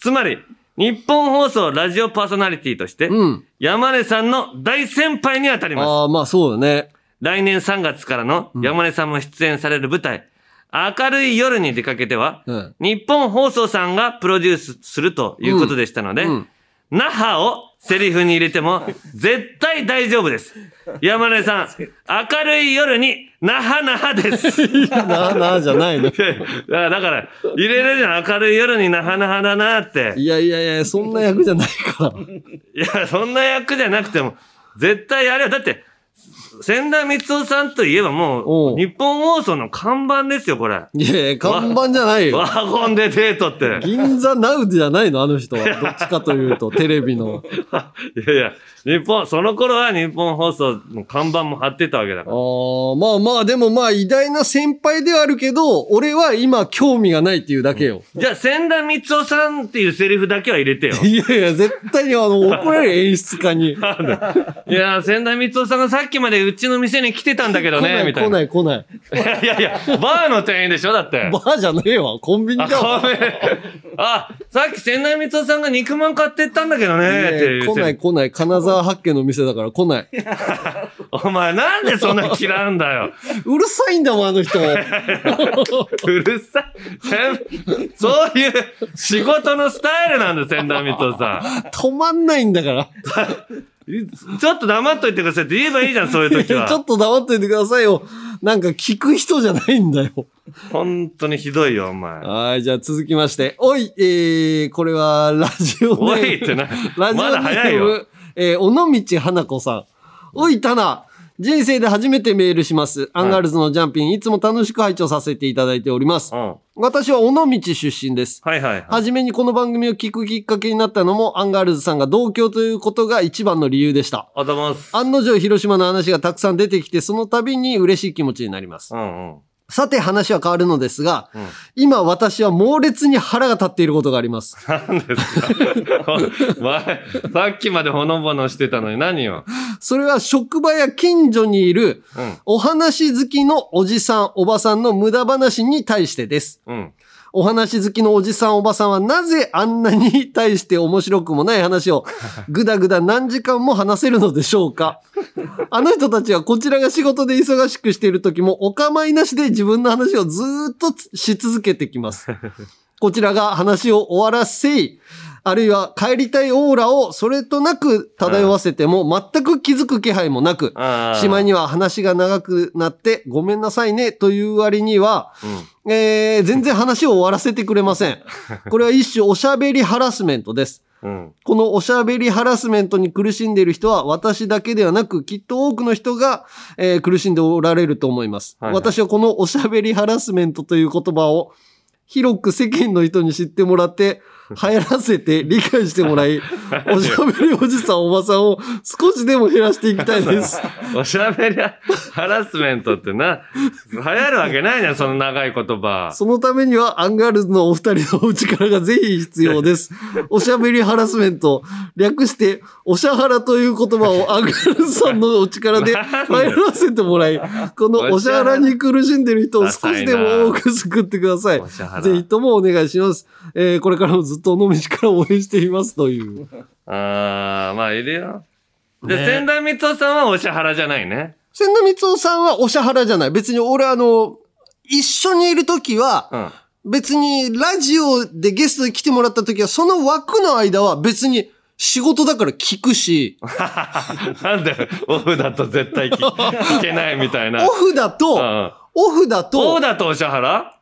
Speaker 1: す。つまり、日本放送ラジオパーソナリティとして、山根さんの大先輩にあたります。
Speaker 2: ああ、まあそうだね。
Speaker 1: 来年3月からの山根さんも出演される舞台、明るい夜に出かけては、
Speaker 2: うん。
Speaker 1: 日本放送さんがプロデュースするということでしたので、那覇をセリフに入れても絶対大丈夫です。山根さん、明るい夜に那覇那覇です。
Speaker 2: なあなあじゃないの。い
Speaker 1: だから、入れるじゃん、明るい夜に那覇那覇だなって。
Speaker 2: やいやいや、そんな役じゃないから。
Speaker 1: いや、そんな役じゃなくても、絶対あれは、だって、千田光夫さんといえばもう、日本放送の看板ですよ、これ。
Speaker 2: いやいや、看板じゃないよ
Speaker 1: ワ。ワゴンでデートって。
Speaker 2: 銀座ナウじゃないのあの人は。どっちかというと、テレビの。
Speaker 1: いやいや、日本、その頃は日本放送の看板も貼ってたわけだから。
Speaker 2: ああ、まあまあ、でもまあ、偉大な先輩ではあるけど、俺は今、興味がないっていうだけよ。
Speaker 1: じゃあ、千田光夫さんっていうセリフだけは入れて よ。
Speaker 2: いやいや、絶対にあの、怒られる演出 家に。
Speaker 1: い
Speaker 2: 来
Speaker 1: やー、千田光夫さんがさっきまでうちの店に来てたんだけどね、
Speaker 2: な
Speaker 1: み
Speaker 2: い
Speaker 1: たい
Speaker 2: 来
Speaker 1: な。
Speaker 2: ないい来ない。
Speaker 1: やいやいや、バーの店員でしょだって。
Speaker 2: バーじゃねえわ、コンビニ
Speaker 1: あ、
Speaker 2: だわ。
Speaker 1: ごめんあ、さっき千田光夫さんが肉まん買ってったんだけどね、って
Speaker 2: ね
Speaker 1: い
Speaker 2: え
Speaker 1: う。
Speaker 2: 来ない来ない。金沢八景の店だから来ない。
Speaker 1: お前なんでそんな嫌うんだ よ。
Speaker 2: うるさいんだもん、あの人。
Speaker 1: うるさい。千そういう仕事のスタイルなんだ、千田光夫さん。
Speaker 2: 止まんないんだから。
Speaker 1: ちょっと黙っといてくださいって言えばいいじゃん、そういう時
Speaker 2: ちょ
Speaker 1: は。
Speaker 2: っと黙っといてくださいよ。なんか聞く人じゃないんだよ。
Speaker 1: 本当にひどいよ、お前。
Speaker 2: はい、じゃあ続きまして。おい、えー、これはラジオネーム。。
Speaker 1: おいってな
Speaker 2: ラジオ
Speaker 1: ま
Speaker 2: ネー
Speaker 1: だ
Speaker 2: ム、
Speaker 1: 早いよ。
Speaker 2: えー、尾道花子さん。おい、たな。人生で初めてメールします。アンガールズのジャンピン、いつも楽しく拝聴させていただいております
Speaker 1: うん。。は
Speaker 2: 私は尾道出身です。
Speaker 1: いはいはい。
Speaker 2: はじめにこの番組を聞くきっかけになったのも、アンガールズさんが同居ということが一番の理由でした。
Speaker 1: あざます。
Speaker 2: 案の定広島の話がたくさん出てきて、その度に嬉しい気持ちになります
Speaker 1: う。んうん。
Speaker 2: さて話は変わるのですが、
Speaker 1: うん
Speaker 2: 今私は猛烈に腹が立っていることがあります。
Speaker 1: 何です かお前、さっきまでほのぼのしてたのに何よ。
Speaker 2: それは職場や近所にいる
Speaker 1: うん。
Speaker 2: お話好きのおじさん、おばさんの無駄話に対してです。
Speaker 1: うん。
Speaker 2: お話好きのおじさんおばさんはなぜあんなに対して面白くもない話をぐだぐだ何時間も話せるのでしょうかあの人たちはこちらが仕事で忙しくしている時もお構いなしで自分の話をずーっとし続けてきます。こちらが話を終わらせい、あるいは帰りたいオーラをそれとなく漂わせても全く気づく気配もなく、
Speaker 1: ああ。
Speaker 2: しまいには話が長くなってごめんなさいねという割には、えー全然話を終わらせてくれま せん。これは一種おしゃべりハラスメントです。
Speaker 1: うん。
Speaker 2: このおしゃべりハラスメントに苦しんでいる人は私だけではなくきっと多くの人が、えー苦しんでおられると思います、
Speaker 1: はいはい
Speaker 2: 私はこのおしゃべりハラスメントという言葉を広く世間の人に知っても らって流行らせて理解してもらい、おしゃべりおじさんおばさんを少しでも減らしていきたいです。
Speaker 1: おしゃべりハラスメントってな、流行るわけないじゃ ん、その長い言葉。
Speaker 2: そのためにはアンガールズのお二人のお力がぜひ必要 です。おしゃべりハラスメント、略して、おしゃはらという言葉をアンガールズさんのお力で入らせてもらい、このおしゃはらに苦しんでる人を少しでも多く救ってください
Speaker 1: お。しゃはら
Speaker 2: ぜひともお願いします。えーこれからもずっと尾道から応援していますという。
Speaker 1: ああ、まあいるよ。で、千田光夫さんはおしゃはらじゃないね。
Speaker 2: 千田光夫さんはおしゃはらじゃない。別に俺あの、一緒にいるときは、
Speaker 1: うん。
Speaker 2: 別にラジオでゲストで来てもらった時は、その枠の間は別に仕事だから聞くし、
Speaker 1: なんでオフだと絶対聞 聞けないみたいな。
Speaker 2: オフだ
Speaker 1: う
Speaker 2: と、
Speaker 1: ん
Speaker 2: オフだ
Speaker 1: オフ
Speaker 2: と、
Speaker 1: だとおしゃはら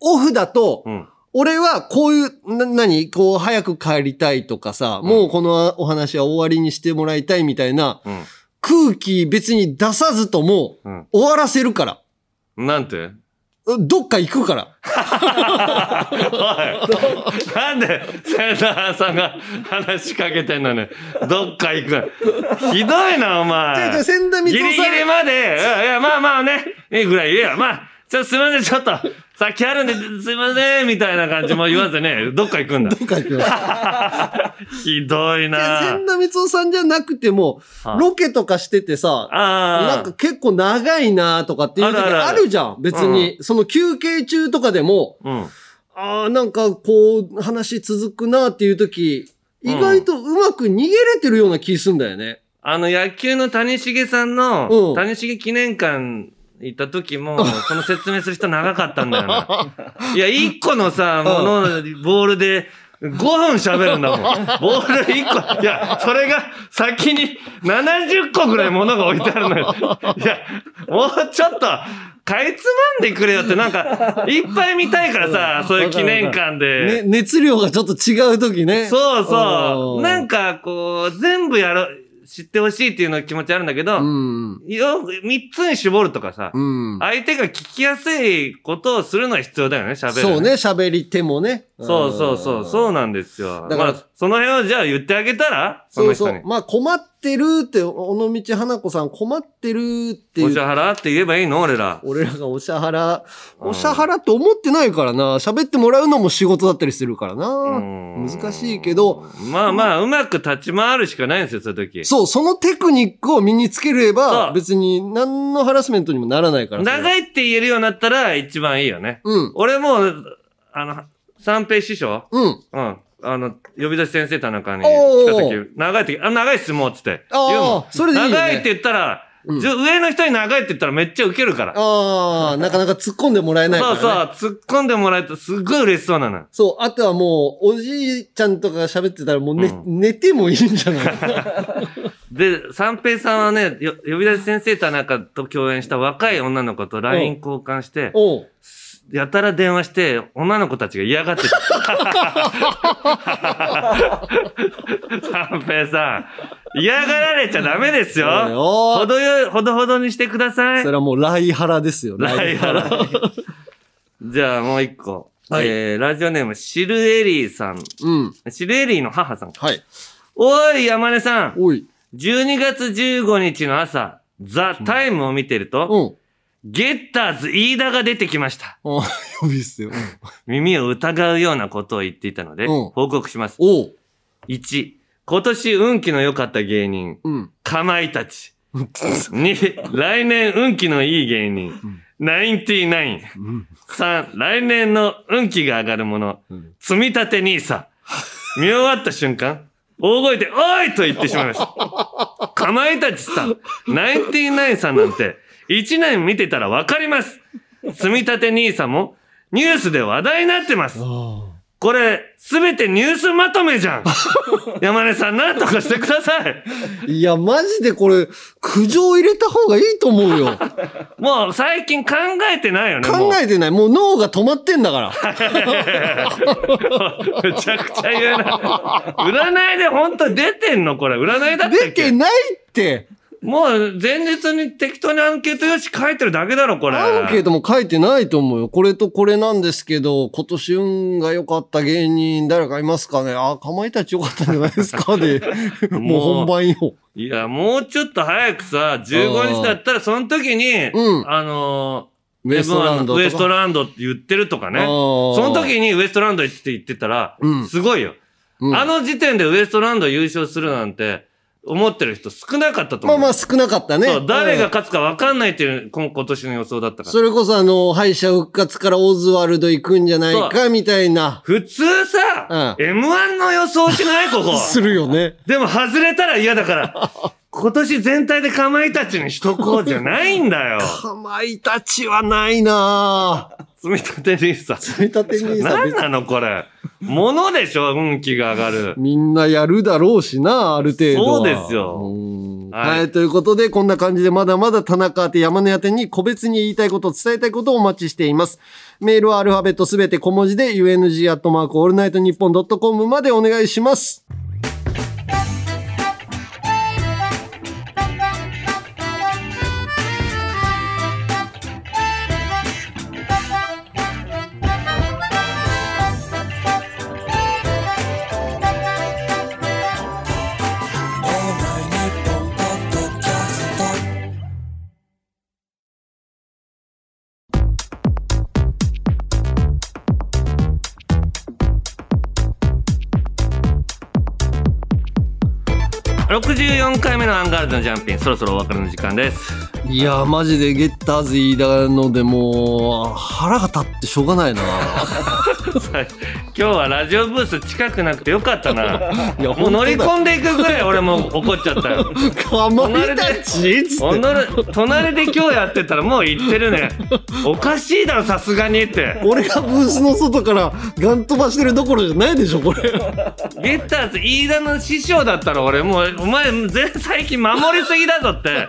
Speaker 2: オフだと
Speaker 1: う、ん。
Speaker 2: 俺はこういう、な、何こう、早く帰りたいとかさ、もうこのお話は終わりにしてもらいたいみたいな、空気別に出さずとも、終わらせるから。
Speaker 1: なんて
Speaker 2: どっか行くから。
Speaker 1: なんで、センターさんが話しかけてんのに、どっか行く。ひどいな、お前。
Speaker 2: 違う違う千田光夫さん
Speaker 1: ギリギリまで、うんいや、まあまあね、いいぐらい言えよ。まあ、ちょ、すいません、ちょっと、先あるんで、すいません、みたいな感じも言わずね、どっか行くんだ。どっ
Speaker 2: か行く。
Speaker 1: ひどいな
Speaker 2: 千。田光夫さんじゃなくても
Speaker 1: はあ、
Speaker 2: ロケとかしててさ、
Speaker 1: ああ
Speaker 2: なんか結構長いなとかっていう時
Speaker 1: あるあるあ
Speaker 2: あ
Speaker 1: る
Speaker 2: るじゃん。別に、その休憩中とかでも、
Speaker 1: うん。
Speaker 2: ああ、なんかこう、話続くなっていう時、意外とうまく逃げれてるような気すんだよね。
Speaker 1: あの、野球の谷繁さんの、谷繁記念館行った時も、その説明する人長かったんだよな。いや、一個のさ、もの、ボールで、5分喋るんだもん。ボール1個。いや、それが先に70個ぐらいものが置いてあるのよ。いや、もうちょっと、かいつまんでくれよって、なんか、いっぱい見たいからさ、そういう記念館で。
Speaker 2: ね、熱量がちょっと違う時ね。
Speaker 1: そうそう。なん
Speaker 2: か、
Speaker 1: かこう、全部やろ、知ってほしいっていうの気持ちあるんだけど、よく3つに絞るとかさ、
Speaker 2: うん。
Speaker 1: 相手が聞きやすいことをするのは必要だよね、喋る。
Speaker 2: そうね、。喋り手もね。
Speaker 1: そうそうそう、そうなんですよ。
Speaker 2: だから
Speaker 1: まあ、その辺をじゃあ言ってあげたらそ
Speaker 2: そ
Speaker 1: の
Speaker 2: う
Speaker 1: 人
Speaker 2: そ
Speaker 1: に
Speaker 2: う。。まあ困ってるって、お尾道花子さん困ってるって
Speaker 1: お
Speaker 2: い
Speaker 1: し
Speaker 2: う。
Speaker 1: ゃはらって言えばいいの俺ら。
Speaker 2: 俺らがおしゃはら、おしゃはらって思ってないからな。喋ってもらうのも仕事だったりするからな。難しいけど、
Speaker 1: まあまあ、うまく立ち回るしかないんですよ、そういう時。
Speaker 2: そう、そのテクニックを身につけれ
Speaker 1: そ
Speaker 2: ば、
Speaker 1: う
Speaker 2: 別に何のハラスメントにもならないから。
Speaker 1: 長いって言えるようになったら一番いいよね。
Speaker 2: うん。
Speaker 1: 俺もう、あの、三平師匠
Speaker 2: うん。
Speaker 1: うん。あの、呼び出し先生田中に来
Speaker 2: おー
Speaker 1: た時、長い時、あ、長いっす、もう、つって。
Speaker 2: あー
Speaker 1: 言うもん
Speaker 2: それでいいよね
Speaker 1: 長いって言ったら、じゅ上の人に長いって言ったらめっちゃウケるから。
Speaker 2: ああ、なかなか突っ込んでもらえないから、
Speaker 1: そう
Speaker 2: ね。
Speaker 1: そう、突っ込んでもらえるとすっごい嬉しそうなの。
Speaker 2: そう、あとはもう、おじいちゃんとかが喋ってたらもう寝、寝てもいいんじゃない
Speaker 1: で、三平さんはね、よ呼び出し先生田中と共演した若い女の子と LINE 交換して、
Speaker 2: おう
Speaker 1: やたら電話して、女の子たちが嫌が ってた。三平さん、嫌がられちゃダメですよ。
Speaker 2: そうよ
Speaker 1: ほどよい、ほどほどにしてください
Speaker 2: そ。れはもう、ライハラですよ。
Speaker 1: ライハラ。 じゃあもう一個。えー、ラジオネーム、シルエリーさん。
Speaker 2: うん。
Speaker 1: シルエリーの母さん。
Speaker 2: はい。
Speaker 1: おい、山根さん。
Speaker 2: おい。
Speaker 1: 12月15日の朝、ザ・タイムを見てる
Speaker 2: う
Speaker 1: と、
Speaker 2: ん。
Speaker 1: ゲッターズ・飯田が出てきました。
Speaker 2: ああ、呼びっすよ。
Speaker 1: 耳を疑うようなことを言っていたので、
Speaker 2: うん
Speaker 1: 報告します。
Speaker 2: おう。
Speaker 1: 1、今年運気の良かった芸人、
Speaker 2: うん。
Speaker 1: かまいたち。2、来年運気のいい芸人、ナインティナイン。3、来年の運気が上がるもの、積み立て NISA。見終わった瞬間、大声で、おいと言ってしまいました。かまいたちさん、ナインティナインさんなんて、1年見てたらわかります。積み立て NISA も、ニュースで話題になってます。これ、すべてニュースまとめじゃん。山根さん、なんとかしてください。
Speaker 2: いや、マジでこれ、苦情入れた方がいいと思 うよ。
Speaker 1: もう最近考えてないよね。もう
Speaker 2: 考えてない。もう脳が止まってんだから。
Speaker 1: めちゃくちゃ言うな。占いで本当出てんのこれ。占いだった
Speaker 2: 出
Speaker 1: っけ
Speaker 2: てないって。
Speaker 1: もう前日に適当にアンケート用紙書いてるだけだろ、これ。
Speaker 2: アンケートも書いてないと思うよ。これとこれなんですけど、今年運が良かった芸人誰かいますかねあ、かまいたち良かったんじゃないで すかで、もう本番よ。
Speaker 1: いや、もうちょっと早くさ、15日だったら、その時に、
Speaker 2: うん
Speaker 1: あのー
Speaker 2: ウエストランドとか
Speaker 1: ウエストランドって言ってるとかね。
Speaker 2: あー
Speaker 1: その時にウエストランドって言ってたら、
Speaker 2: うん
Speaker 1: すごいよ、
Speaker 2: うん
Speaker 1: あの時点でウエストランド優勝するなんて、思ってる人少なかったと
Speaker 2: ま
Speaker 1: 思
Speaker 2: あ
Speaker 1: う。
Speaker 2: まあ少なかったね。
Speaker 1: そう、誰
Speaker 2: う
Speaker 1: が
Speaker 2: ん
Speaker 1: 勝つか分かんないっていう、今今年の予想だったから。
Speaker 2: それこそあの、敗者復活からオズワルド行くんじゃないかみたいな。
Speaker 1: 普通さ、
Speaker 2: う
Speaker 1: M1 の予想しないここ。
Speaker 2: するよね。
Speaker 1: でも外れたら嫌だ から、今年全体でかまいたちにしとこうじゃないん だよ。
Speaker 2: かまいたちはないなぁ。
Speaker 1: 積み立て NISA。
Speaker 2: 積み立て兄さん
Speaker 1: 何
Speaker 2: 別に
Speaker 1: なのこれ。ものでしょ運気が上がる。
Speaker 2: みんなやるだろうしな、ある程度は。
Speaker 1: そうですよ
Speaker 2: うん。はい、ということで、こんな感じでまだまだ田中宛て山根宛てに個別に言いたいこと、伝えたいことをお待ちしています。メールはアルファベットすべて小文字で、UNG アットマークオールナイトニッポンドットコムまでお願いします。
Speaker 1: 64回目のアンガールズのジャンピンそろそろお別れの時間です
Speaker 2: いやー、マジでゲッターズ言いだので、もう、腹が立ってしょうがないな。
Speaker 1: 今日はラジオブース近くなくてよかったなもう乗り
Speaker 2: 本
Speaker 1: 込
Speaker 2: 当だ
Speaker 1: んでいくぐらい俺もう怒っちゃったよ
Speaker 2: かまいたちっつって。
Speaker 1: 隣で隣で今日やってたらもう行ってるねおかしいだろさすがにって
Speaker 2: 俺がブースの外からガン飛ばしてるどころじゃないでしょ、これ。
Speaker 1: ゲッターズ飯田の師匠だったら俺もうお前全最近守りすぎだぞって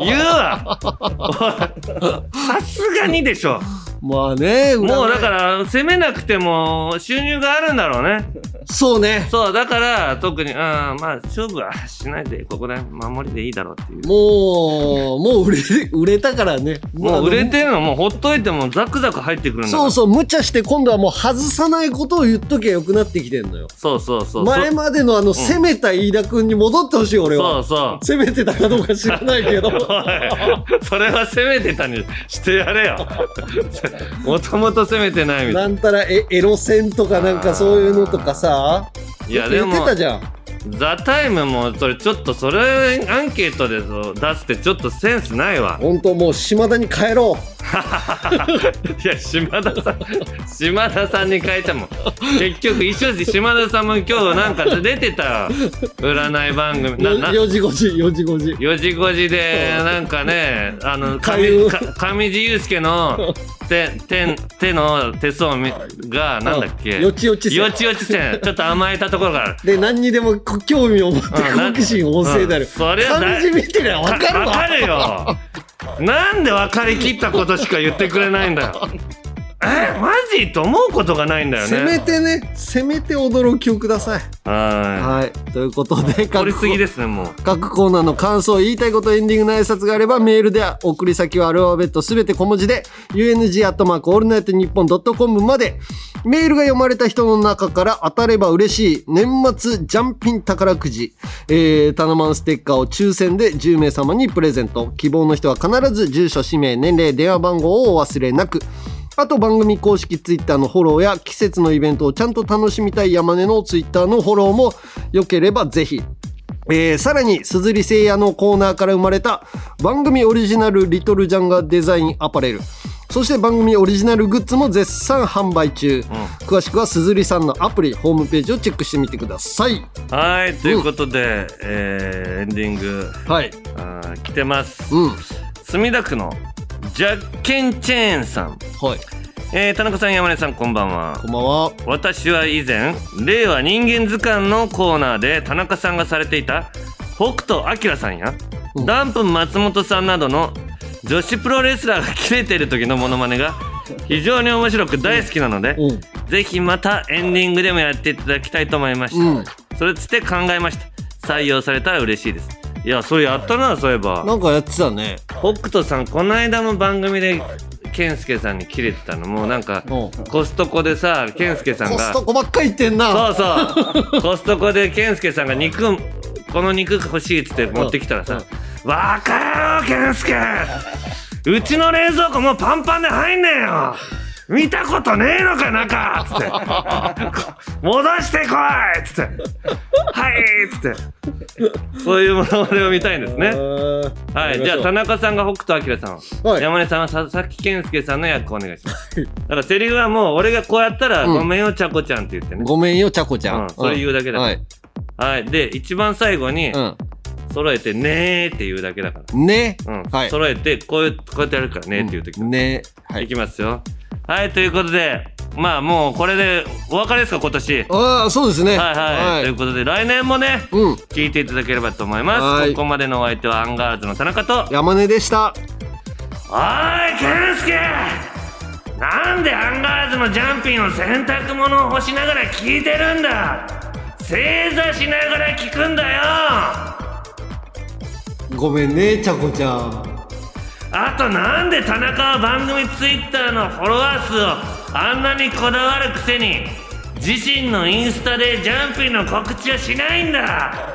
Speaker 1: 言うわおいさすがにでしょ
Speaker 2: まあね、
Speaker 1: もうだから攻めなくても収入があるんだろうね
Speaker 2: そうね。
Speaker 1: そうだから特にうんまあ勝負はしないでここで守りでいいだろうっていう
Speaker 2: もう、もう売れ、売れたからね。
Speaker 1: もう売れてるのもうほっといてもザクザク入ってくるんだか
Speaker 2: そ
Speaker 1: ら
Speaker 2: うそう、無茶して今度はもう外さないことを言っときゃよくなってきてんのよ。
Speaker 1: そうそうそう
Speaker 2: 前までのあの、攻めた飯田君に戻ってほしい、俺
Speaker 1: そう
Speaker 2: は。
Speaker 1: そう
Speaker 2: 攻めてたかどうか知らな いけど。
Speaker 1: おいそれは攻めてたにしてやれよもともと攻めてないみた
Speaker 2: ないんたらエエロ戦とかなんかそういうのとかさ。
Speaker 1: いやで
Speaker 2: 言
Speaker 1: も
Speaker 2: ってたじゃん。
Speaker 1: 「ザタイムもそれちょっとそれアンケートでそう出すってちょっとセンスないわ
Speaker 2: 本当もう島田に帰ろ
Speaker 1: いや島田さん島田さんに変えたもん結局一緒です島田さんも今日なんか出てた占い番組
Speaker 2: う。
Speaker 1: な
Speaker 2: よ
Speaker 1: な
Speaker 2: 4時5時、4時5時。
Speaker 1: 4時5時でなんかねあの
Speaker 2: 開運
Speaker 1: 上か上地雄介 の手手手の手相みがなんだっけ
Speaker 2: うんよちよち線
Speaker 1: よちよち線ちょっと甘えたところから
Speaker 2: で、何にでもこ興味を持って
Speaker 1: うんな
Speaker 2: 好奇心旺盛である。
Speaker 1: うんそれはな
Speaker 2: 漢字見てりゃわかるわ。
Speaker 1: わかるよなんで分かりきったことしか言ってくれないんだよえマジと思うことがないんだよね
Speaker 2: せめてね、せめて驚きをください。
Speaker 1: は
Speaker 2: はい。ということで、
Speaker 1: い取りすぎ
Speaker 2: 各
Speaker 1: ですねもう
Speaker 2: 各コーナーの感想、言いたいこと、エンディングの挨拶があれば、メールで送り先はアルファベットすべて小文字で、UNG アットマークオールナイトニッポンドットコムまで、メールが読まれた人の中から当たれば嬉しい、年末ジャンピン宝くじ、えー、タナマンステッカーを抽選で10名様にプレゼント。希望の人は必ず住所、氏名、年齢、電話番号をお忘れなく。あと番組公式ツイッターのフォローや季節のイベントをちゃんと楽しみたい山根のツイッターのフォローも良ければぜひ。えーさらに、すずり製屋のコーナーから生まれた番組オリジナルリトルジャンガーデザインアパレル。そして番組オリジナルグッズも絶賛販売中。詳しくはすずりさんのアプリ、ホームページをチェックしてみてください。
Speaker 1: はいということで、えーエンディング
Speaker 2: はい。
Speaker 1: あー来てます
Speaker 2: うん。
Speaker 1: 墨田区のジャッケンチェーンさん、
Speaker 2: はい。
Speaker 1: えー田中さん山根さんこんばんは
Speaker 2: こんばんは。
Speaker 1: 私は以前「令和人間図鑑」のコーナーで田中さんがされていた北斗晶さんや、
Speaker 2: うん
Speaker 1: ダンプ松本さんなどの女子プロレスラーが切れている時のモノマネが非常に面白く大好きなので、
Speaker 2: うん。
Speaker 1: ぜひまたエンディングでもやっていただきたいと思いました、
Speaker 2: うん
Speaker 1: それつって考えました採用されたら嬉しいですいやそれやったなそういえば
Speaker 2: なんかやってたね。
Speaker 1: 北斗さんこの間も番組で健介さんに切れてたのもうなんか
Speaker 2: うん。
Speaker 1: コストコでさ健介さん
Speaker 2: コス
Speaker 1: が
Speaker 2: トコばっかり行ってんな。
Speaker 1: そうそうコストコで健介さんが肉この肉欲しいっつって持ってきたらさ「わかるよ健介うちの冷蔵庫もうパンパンで入んねえよ見たことねえのか中」つって「戻してこい」つって「はい」つってそういうものまねを見たいんですね。
Speaker 2: ね。
Speaker 1: はい、じゃあ田中さんが北斗晶さん、
Speaker 2: はい
Speaker 1: 山根さんは佐々木健介さんの役をお願いします。だからセリフはもう俺がこうやったら「
Speaker 2: うん
Speaker 1: ごめんよちゃこちゃん」って言ってね。
Speaker 2: ごめんよ、ちゃこちゃ
Speaker 1: うんん。それ言うだけだ
Speaker 2: はい。
Speaker 1: はい、で一番最後に
Speaker 2: うん。
Speaker 1: 揃えて「ねー」って言うだけだか
Speaker 2: ね。
Speaker 1: ら、うん
Speaker 2: はい
Speaker 1: 揃えてこういうこうやってやるから「ね」っていう時、、
Speaker 2: ね。はいい。
Speaker 1: きますよはいということでまあもうこれでお別れですか今年
Speaker 2: ああそうですね
Speaker 1: はいはい、
Speaker 2: はい
Speaker 1: ということで来年もね、聞いていただければと思いま
Speaker 2: は
Speaker 1: す
Speaker 2: い
Speaker 1: ここまでのお相手はアンガールズの田中と
Speaker 2: 山根でした
Speaker 1: おい健介なんでアンガールズのジャンピンを洗濯物を干しながら聞いてるんだ正座しながら聞くんだよ
Speaker 2: ごめんねちゃこちゃん
Speaker 1: あとなんで田中は番組ツイッターのフォロワー数をあんなにこだわるくせに自身のインスタでジャンピンの告知をしないんだ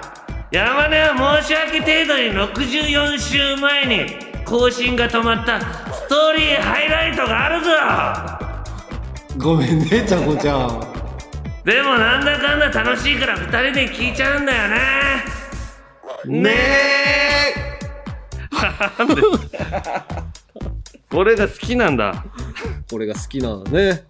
Speaker 1: 山根は申し訳程度に64週前に更新が止まったストーリーハイライトがあるぞ
Speaker 2: ごめんねちゃこちゃん
Speaker 1: でもなんだかんだ楽しいから二人で聞いちゃうんだよねねえ俺が好きなんだ
Speaker 2: これが好きなのね